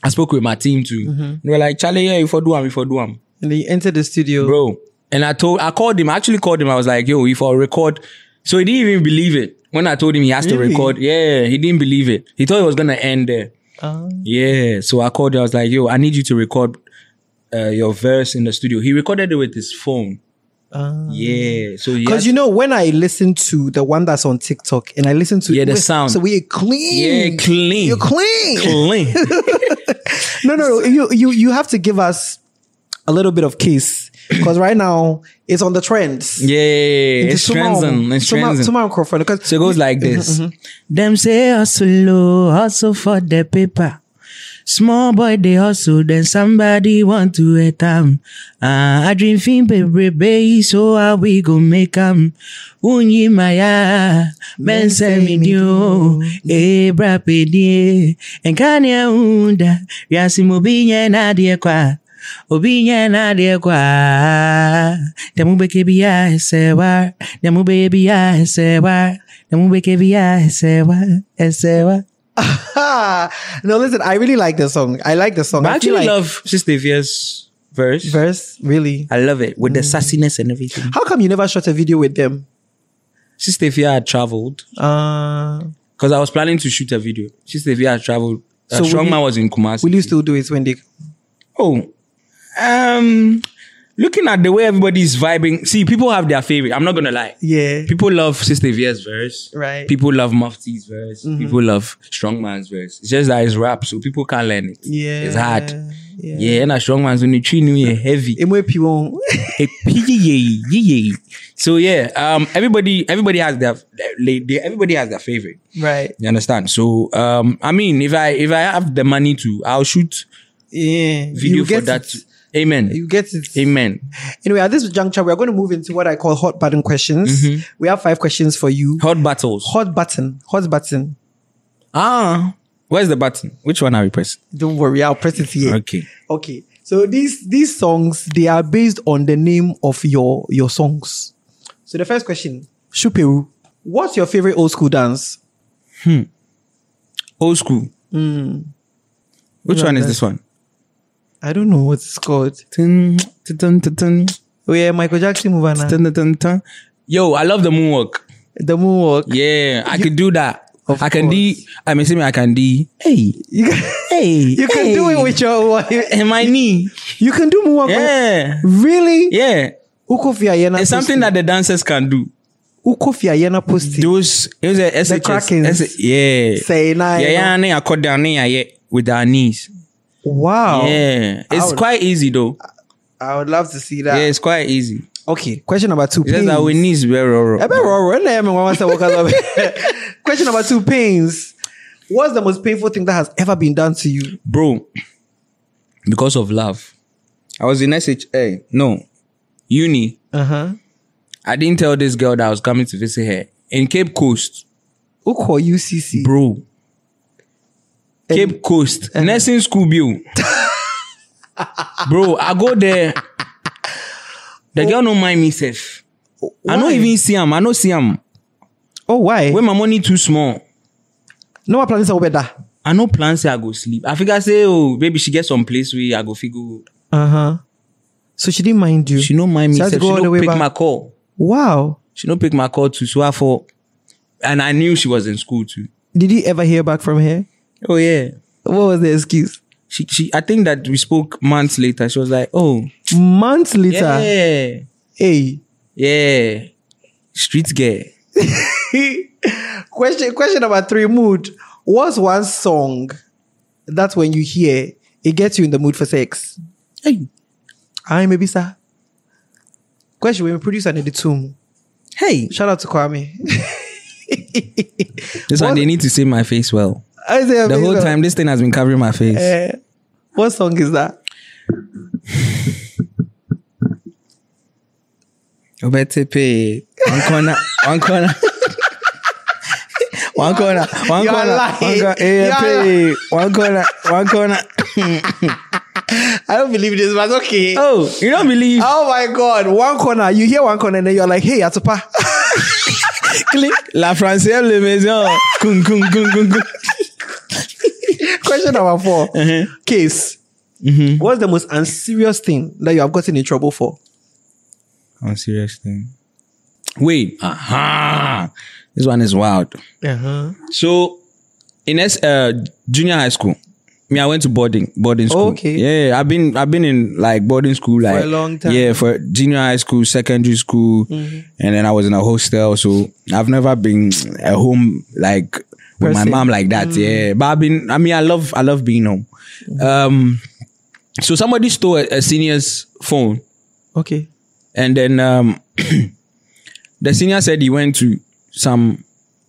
Speaker 2: I spoke with my team too.
Speaker 1: Mhm.
Speaker 2: They were like, "Charlie, yeah, if I do 'em, if I do 'em."
Speaker 1: And then you enter the studio.
Speaker 2: Bro. And I told, I called him. I actually called him. I was like, yo, if I record. So he didn't even believe it. When I told him he has
Speaker 1: Really?
Speaker 2: to record. Yeah, he didn't believe it. He thought it was going to end there.
Speaker 1: Ah.
Speaker 2: Yeah. So I called him. I was like, yo, I need you to record uh, your verse in the studio. He recorded it with his phone.
Speaker 1: Ah.
Speaker 2: Yeah. So he
Speaker 1: Because
Speaker 2: has-
Speaker 1: you know, when I listen to the one that's on TikTok and I listen to
Speaker 2: Yeah, the
Speaker 1: we-
Speaker 2: sound.
Speaker 1: So we clean.
Speaker 2: Yeah, clean.
Speaker 1: You're clean.
Speaker 2: Clean.
Speaker 1: no, no, no. You you you have to give us a little bit of kiss. Because right now it's on the trends.
Speaker 2: yeah.
Speaker 1: Into
Speaker 2: It's
Speaker 1: tomorrow-
Speaker 2: trending. It's
Speaker 1: tomorrow-
Speaker 2: trending.
Speaker 1: tomorrow, Crawford, 'cause-
Speaker 2: So it goes like this.
Speaker 1: Mhm, mhm.
Speaker 2: Them say hustle, oh, hustle for the paper. Small boy they hustle, then somebody want to hit them. Ah, I dream fin baby, baby, so how we go make them? Unyi maya, men say me new, eh, bra pedie, and kanya unda, yasi mobinye na die kwa. Obinye na die kwa, demu beke biya sewa, demu beke biya sewa, demu beke biya sewa, sewa.
Speaker 1: no, listen, I really like the song. I like the song.
Speaker 2: But I
Speaker 1: feel like-
Speaker 2: actually love Sister Via's verse.
Speaker 1: Verse, really.
Speaker 2: I love it with the sassiness and everything.
Speaker 1: How come you never shot a video with them?
Speaker 2: Sister Via had traveled
Speaker 1: Uh,
Speaker 2: because I was planning to shoot a video. Sister Via had traveled. Uh,
Speaker 1: So will
Speaker 2: Strongman
Speaker 1: you-
Speaker 2: was in Kumasi.
Speaker 1: will you still do it when they?
Speaker 2: Oh, um, looking at the way everybody's vibing. See, people have their favorite. I'm not gonna lie.
Speaker 1: Yeah.
Speaker 2: People love Sister Via's verse.
Speaker 1: Right. Mm-hmm.
Speaker 2: People love Mufti's verse. People love Strongman's verse. It's just that it's rap, so people can't learn it.
Speaker 1: Yeah.
Speaker 2: It's hard. Yeah, and a Strongman's when you treat new year heavy. Eh, yee, yee, yee. so yeah, um, everybody, everybody has their, they- they- everybody has their favorite.
Speaker 1: Right.
Speaker 2: You understand? So, um, I mean, if I if I have the money to, I'll shoot
Speaker 1: Yeah.
Speaker 2: video
Speaker 1: you
Speaker 2: for
Speaker 1: get
Speaker 2: that.
Speaker 1: it.
Speaker 2: Amen.
Speaker 1: You get it.
Speaker 2: Amen.
Speaker 1: Anyway, at this juncture, we are going to move into what I call hot button questions. We have five questions for you.
Speaker 2: Mm-hmm. Hot battles.
Speaker 1: Hot button. Hot button.
Speaker 2: Ah, where's the button? Which one are we pressing?
Speaker 1: Don't worry, I'll press it here.
Speaker 2: Okay.
Speaker 1: Okay. So these these songs they are based on the name of your your songs. So the first question, Shuperu, what's your favorite old school dance?
Speaker 2: Hmm. Old school.
Speaker 1: Hmm.
Speaker 2: Which
Speaker 1: Yeah,
Speaker 2: one is
Speaker 1: that-
Speaker 2: this one?
Speaker 1: I don't know what it's called. Oh yeah, Michael Jackson move
Speaker 2: ah.
Speaker 1: on now.
Speaker 2: Yo, I love the moonwalk.
Speaker 1: The moonwalk.
Speaker 2: Yeah, I could do that. I can
Speaker 1: course.
Speaker 2: do. I mean, see me. I can do. Hey,
Speaker 1: You can,
Speaker 2: hey,
Speaker 1: you can do it with your
Speaker 2: and my knee.
Speaker 1: You can do moonwalk. with-
Speaker 2: Yeah,
Speaker 1: Really?
Speaker 2: yeah.
Speaker 1: Ukofi Ayana.
Speaker 2: It's something that the dancers can do.
Speaker 1: Ukofi Ayana posted.
Speaker 2: Those it was a SHS,
Speaker 1: Krakens.
Speaker 2: S- yeah,
Speaker 1: Say nah,
Speaker 2: yeah,
Speaker 1: you
Speaker 2: yeah. And then I cut down there, yeah, with our knees.
Speaker 1: Wow.
Speaker 2: Yeah, it's
Speaker 1: Ouch.
Speaker 2: quite easy though.
Speaker 1: I would love to see that.
Speaker 2: Yeah, it's quite easy.
Speaker 1: Okay. Question number two.
Speaker 2: It's just that we
Speaker 1: pains. Eh,
Speaker 2: knees very raw.
Speaker 1: I bet Roro, when I am in one master workers of- Question number two, pains. What's the most painful thing that has ever been done to you?
Speaker 2: bro. Because of love, I was in SHA. No, uni.
Speaker 1: Uh-huh.
Speaker 2: I didn't tell this girl that I was coming to visit her in Cape Coast,
Speaker 1: Uko UCC.
Speaker 2: bro. Cape Coast,
Speaker 1: Eh.
Speaker 2: nursing school bill. bro, I go there. The girl don't mind me safe. I don't
Speaker 1: Why?
Speaker 2: even see him. I don't see him.
Speaker 1: Oh, why?
Speaker 2: When my money too small,
Speaker 1: No one plans over that.
Speaker 2: I no plan say I go sleep. I figure say, oh, maybe she get some place where I go figure.
Speaker 1: Uh-huh. So she didn't mind you.
Speaker 2: She no mind me
Speaker 1: She has
Speaker 2: safe.
Speaker 1: to
Speaker 2: She
Speaker 1: go all the
Speaker 2: no
Speaker 1: way
Speaker 2: pick
Speaker 1: back.
Speaker 2: my call.
Speaker 1: Wow.
Speaker 2: She don't pick my call too. So I for, and I knew she was in school too.
Speaker 1: Did you ever hear back from her?
Speaker 2: Oh yeah.
Speaker 1: What was the excuse?
Speaker 2: She she. I think that we spoke months later. She was like, oh
Speaker 1: Months later.
Speaker 2: yeah
Speaker 1: Hey.
Speaker 2: yeah, street girl.
Speaker 1: question question number three, mood. What's one song that when you hear, it gets you in the mood for sex?
Speaker 2: Hey.
Speaker 1: I maybe sir. Question when we produce an edit Hey, shout out to Kwame.
Speaker 2: This one, they need to see my face well.
Speaker 1: I say
Speaker 2: the whole
Speaker 1: amazing.
Speaker 2: time, this thing has been covering my face.
Speaker 1: Eh, what song is that?
Speaker 2: Obetepe. One corner. One corner. One corner, one
Speaker 1: You are
Speaker 2: corner, one
Speaker 1: lying.
Speaker 2: corner,
Speaker 1: You are
Speaker 2: AFP, one corner, one corner.
Speaker 1: I don't believe this, but okay.
Speaker 2: Oh, you don't believe?
Speaker 1: Oh my god, one corner. You hear one corner, and then you're like, hey, Atupa.
Speaker 2: Click La Francière Le Maison. Kung, kung, kung, kung, kung.
Speaker 1: Question number 4
Speaker 2: Uh-huh.
Speaker 1: Case.
Speaker 2: Mm-hmm.
Speaker 1: What's the most unserious thing that you have gotten in trouble for?
Speaker 2: I'm serious thing. Wait, aha. This one is wild.
Speaker 1: Uh-huh.
Speaker 2: So in S, uh, junior high school, me I went to boarding boarding school.
Speaker 1: okay.
Speaker 2: Yeah, yeah, I've been I've been in like boarding school like
Speaker 1: a long time. Mm-hmm.
Speaker 2: Yeah, for junior high school, secondary school, and then I was in a hostel. So I've never been at home like with my
Speaker 1: Person. Mm.
Speaker 2: mom like that. Yeah, but I've been. I mean, I love I love being home.
Speaker 1: Mm-hmm.
Speaker 2: Um, so somebody stole a, a senior's phone.
Speaker 1: Okay.
Speaker 2: And then um, the senior said he went to some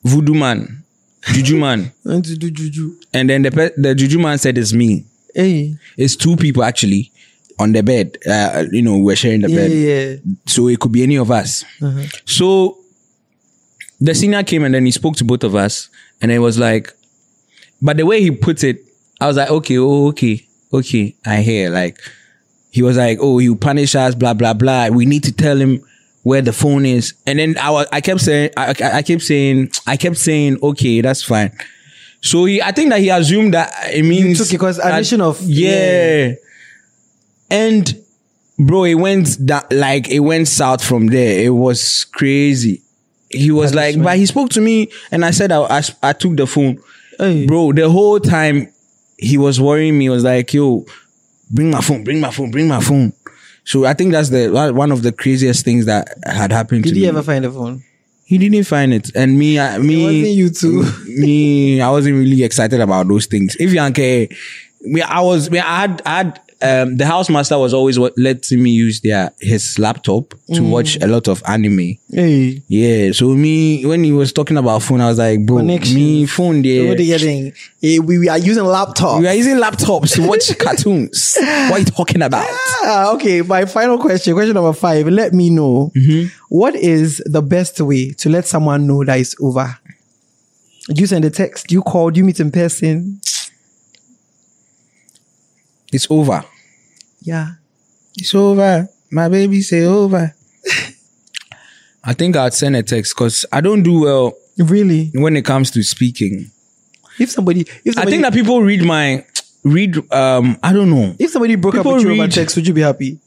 Speaker 2: voodoo man, juju man.
Speaker 1: And to do juju.
Speaker 2: And then the pe- the juju man said it's me.
Speaker 1: Hey.
Speaker 2: It's two people actually on the bed. Uh, you know, we're sharing the
Speaker 1: Yeah,
Speaker 2: bed.
Speaker 1: yeah.
Speaker 2: So it could be any of us.
Speaker 1: Uh-huh.
Speaker 2: So the senior came and then he spoke to both of us. And it was like, but the way he put it, I was like, okay, oh, okay, okay, I hear. Like, he was like, oh, you punish us, blah, blah, blah. We need to tell him where the phone is. And then I was, I kept saying, I, I, I kept saying, I kept saying, okay, that's fine. So he, I think that he assumed that it means
Speaker 1: took it 'cause
Speaker 2: that-
Speaker 1: addition of-
Speaker 2: yeah. And bro, it went that like it went south from there. It was crazy. He was like, but he spoke to me, and I said I I, I took the phone,
Speaker 1: Hey.
Speaker 2: bro. The whole time he was worrying me. He was like, yo, bring my phone, bring my phone, bring my phone. So I think that's the one of the craziest things that had happened
Speaker 1: Did
Speaker 2: to
Speaker 1: he
Speaker 2: me.
Speaker 1: ever find the phone?
Speaker 2: he didn't find it, and me, I, me,
Speaker 1: wasn't you too.
Speaker 2: me, I wasn't really excited about those things. If you don't care, me, I was, me, I had, I had, um, the house master was always what, letting me use their his laptop to
Speaker 1: Mm.
Speaker 2: watch a lot of anime.
Speaker 1: Hey.
Speaker 2: Yeah, so me when he was talking about phone, I was like, bro,
Speaker 1: Connections.
Speaker 2: me phone
Speaker 1: What are
Speaker 2: there.
Speaker 1: you getting? Hey, we, we are using laptop.
Speaker 2: We are using laptops to watch cartoons. What are you talking about?
Speaker 1: Ah, okay, my final question, question number five. Let me know
Speaker 2: Mm-hmm.
Speaker 1: what is the best way to let someone know that it's over? Do you send a text? Do you call? Do you meet in person?
Speaker 2: It's over.
Speaker 1: Yeah.
Speaker 2: It's over. My baby say over. I think I'd send a text because I don't do well
Speaker 1: Really?
Speaker 2: when it comes to speaking.
Speaker 1: If somebody, if
Speaker 2: I
Speaker 1: somebody,
Speaker 2: think that people read my read um I don't know.
Speaker 1: if somebody broke up
Speaker 2: people
Speaker 1: with you over
Speaker 2: read-
Speaker 1: text, would you be happy?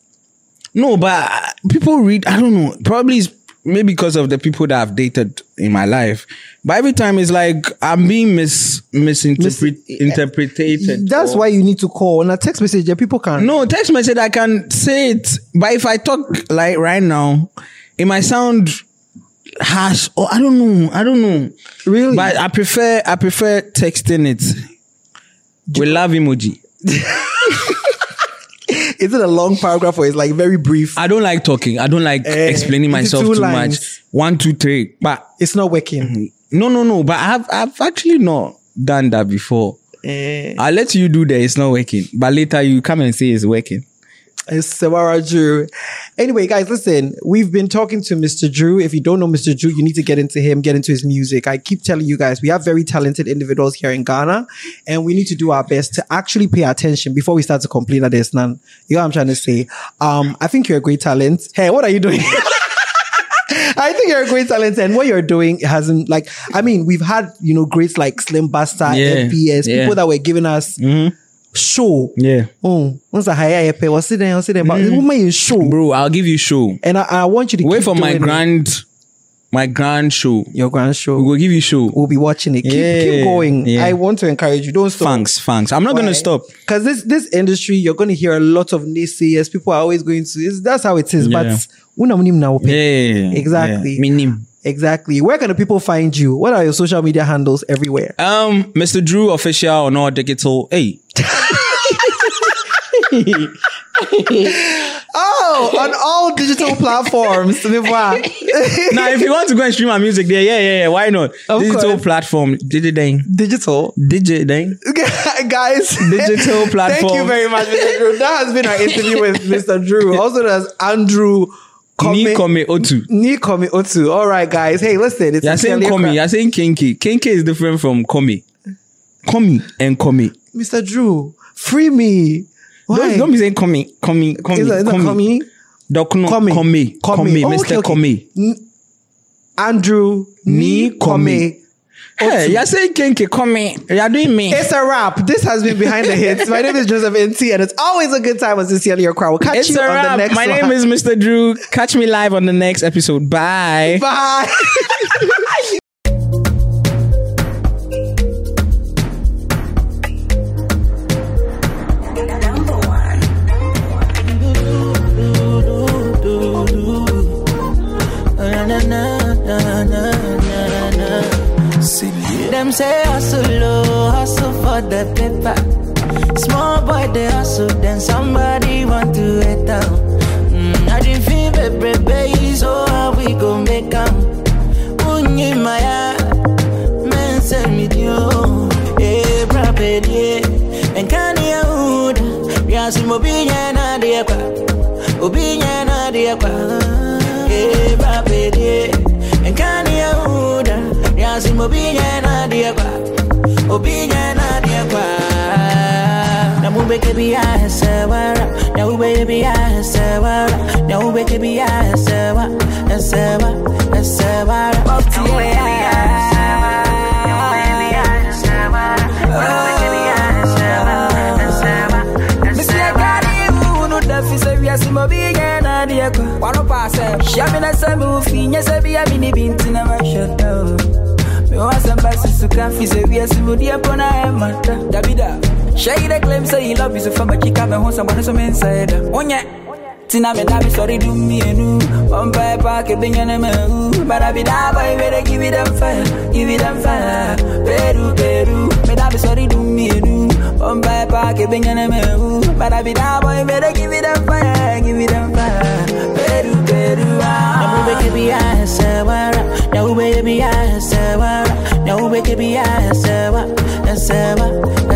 Speaker 2: No, but uh, people read I don't know. Probably it's maybe because of the people that I've dated in my life. But every time it's like I'm being mis misinterpret interpreted.
Speaker 1: That's why you need to call on a text message. Yeah, people can.
Speaker 2: No, text message I can say it, but if I talk like right now, it might sound harsh or I don't know. I don't know.
Speaker 1: Really?
Speaker 2: But I prefer I prefer texting it. We love emoji.
Speaker 1: Is it a long paragraph or it's like very brief?
Speaker 2: I don't like talking. I don't like
Speaker 1: Eh,
Speaker 2: explaining
Speaker 1: is it
Speaker 2: myself
Speaker 1: two
Speaker 2: too
Speaker 1: lines?
Speaker 2: much. One, two, three. But
Speaker 1: It's not working.
Speaker 2: no, no, no. But I've I've actually not done that before.
Speaker 1: Eh,
Speaker 2: I let you do that. It's not working. But later you come and say it's working.
Speaker 1: It's Samara Drew. Anyway, guys, listen, we've been talking to Mr. Drew. If you don't know Mr. Drew, you need to get into him, get into his music. I keep telling you guys, we have very talented individuals here in Ghana, and we need to do our best to actually pay attention before we start to complain that there's none. You know what I'm trying to say? Um, I think you're a great talent. Hey, what are you doing? I think you're a great talent, and what you're doing hasn't like. I mean, we've had you know greats like Slim Basta,
Speaker 2: Yeah,
Speaker 1: FPS,
Speaker 2: yeah. Mm-hmm.
Speaker 1: people that were giving us show.
Speaker 2: Yeah.
Speaker 1: Oh, once I hire pay, what's it then? What's it then? But woman is show,
Speaker 2: Bro, I'll give you show.
Speaker 1: and I, I want you to
Speaker 2: Mm-hmm. Wait
Speaker 1: keep
Speaker 2: for my
Speaker 1: doing it.
Speaker 2: grand my grand show.
Speaker 1: your grand show.
Speaker 2: We will give you
Speaker 1: We'll
Speaker 2: show.
Speaker 1: be watching it. Keep, keep
Speaker 2: Yeah,
Speaker 1: going.
Speaker 2: yeah.
Speaker 1: I want to encourage you. Don't stop.
Speaker 2: Thanks, thanks. I'm not gonna stop.
Speaker 1: Because this this industry, you're going to hear a lot of naysayers. People are always going to. It's, that's how it is.
Speaker 2: Yeah.
Speaker 1: But we don't need now.
Speaker 2: Yeah.
Speaker 1: Exactly.
Speaker 2: Yeah. Minim.
Speaker 1: Exactly. Where can the people find you? What are your social media handles everywhere?
Speaker 2: Um, Mr. Drew official on all digital. Hey,
Speaker 1: Oh, on all digital platforms. Me voir.
Speaker 2: now, if you want to go and stream our music there, yeah, yeah, yeah. Why not?
Speaker 1: Of
Speaker 2: digital
Speaker 1: course.
Speaker 2: platform, digital,
Speaker 1: digital,
Speaker 2: digital,
Speaker 1: Guys,
Speaker 2: digital platform.
Speaker 1: Thank you very much, Mr. Drew. That has been our interview with Mr. Drew, also known as Andrew
Speaker 2: Ni Kome Otu.
Speaker 1: Ni Komi Otu. All right, guys. Hey, listen. It's
Speaker 2: You're saying
Speaker 1: sincerely
Speaker 2: Komi.
Speaker 1: Accra-
Speaker 2: You're saying Kinky. Kinky is different from Komi. Komi and Komi.
Speaker 1: Mr. Drew, free me. Why?
Speaker 2: Don't, don't be saying Komi. Komi. Komi.
Speaker 1: Is that- is that Komi?
Speaker 2: Doc, no,
Speaker 1: Komi.
Speaker 2: Komi. Komi.
Speaker 1: Komi. Oh,
Speaker 2: Mr.
Speaker 1: okay, okay.
Speaker 2: Komi.
Speaker 1: N- Andrew
Speaker 2: Ni
Speaker 1: Ni
Speaker 2: Komi.
Speaker 1: Komi.
Speaker 2: Hey, you're saying Kinky. Komi. You're doing me.
Speaker 1: It's a wrap. This has been Behind the Hits. My name is Joseph NT, and it's always a good time with Sincerely Your Crowd. We'll catch
Speaker 2: It's
Speaker 1: you
Speaker 2: a
Speaker 1: on the
Speaker 2: wrap.
Speaker 1: next
Speaker 2: My
Speaker 1: one.
Speaker 2: name is Mr. Drew. Catch me live on the next episode. Bye.
Speaker 1: Bye.
Speaker 7: Them say hustle low, hustle for the paper. Small boy they hustle, then somebody want to hit out. Mm, I didn't feel baby, baby, so how we gon' make out? Unyi maya, men send me you, eh, property, and can you hood? Yasi mobinya na diakwa, obinya na diakwa, eh, property, and can you hood? Yasi mobinya na diakwa. Obinya na dia kwa Na mube kebi ya sewara Na ube kebi ya sewara Na ube kebi ya sewa Sewa Sewara Bokti
Speaker 10: Oh,
Speaker 7: ya
Speaker 9: oh. Shade claim say he love you so far, but you can't be home. Somebody some inside. Onye. Tina me dabi sorry do me enu Bumpa pa ke binya ne me u Bara bi da boy we dey give it them fire Give it them fire Peru Peru Me dabi sorry do me enu Bumpa pa ke binya ne me u Bara bi da boy we dey give it them fire Give it them fire Peru Peru ah
Speaker 7: Na ube kebi ya sewara Na ube kebi ya sewara Na ube kebi ya sewa Sewa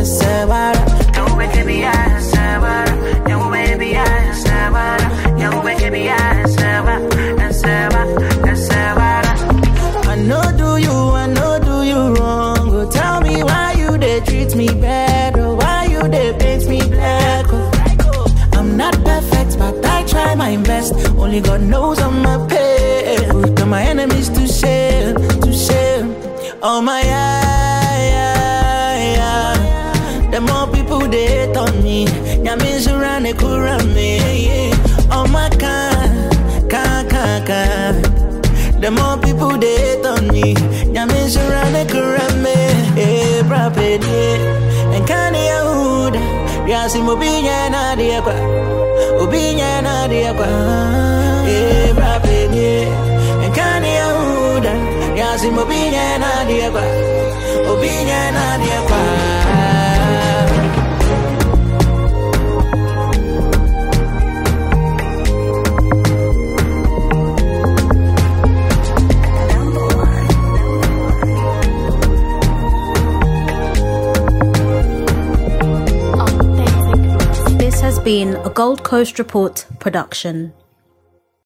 Speaker 7: Sewara Na ube kebi ya sewara Na ube kebi ya sewara Na ube kebi ya sewa Sewa Sewara I know do you, I know do you wrong. Oh, tell me why you they treat me bad, or why you they paint me black. Oh, I'm not perfect, but I try my best. Only God knows I'm a pain. Put my enemies to shame, to shame. Oh my yeah, yeah, yeah. The more people they hate on me, that means around they could run me. Oh my God, God, God, God. The more people they hate on me, that means you're an ekurame, eh, property. And can you hold? Yasi mubinya na diakwa, ubinya na diakwa, eh, property. And can you hold? Yasi mubinya na diakwa, ubinya na diakwa.
Speaker 14: This has been a Gold Coast Report production.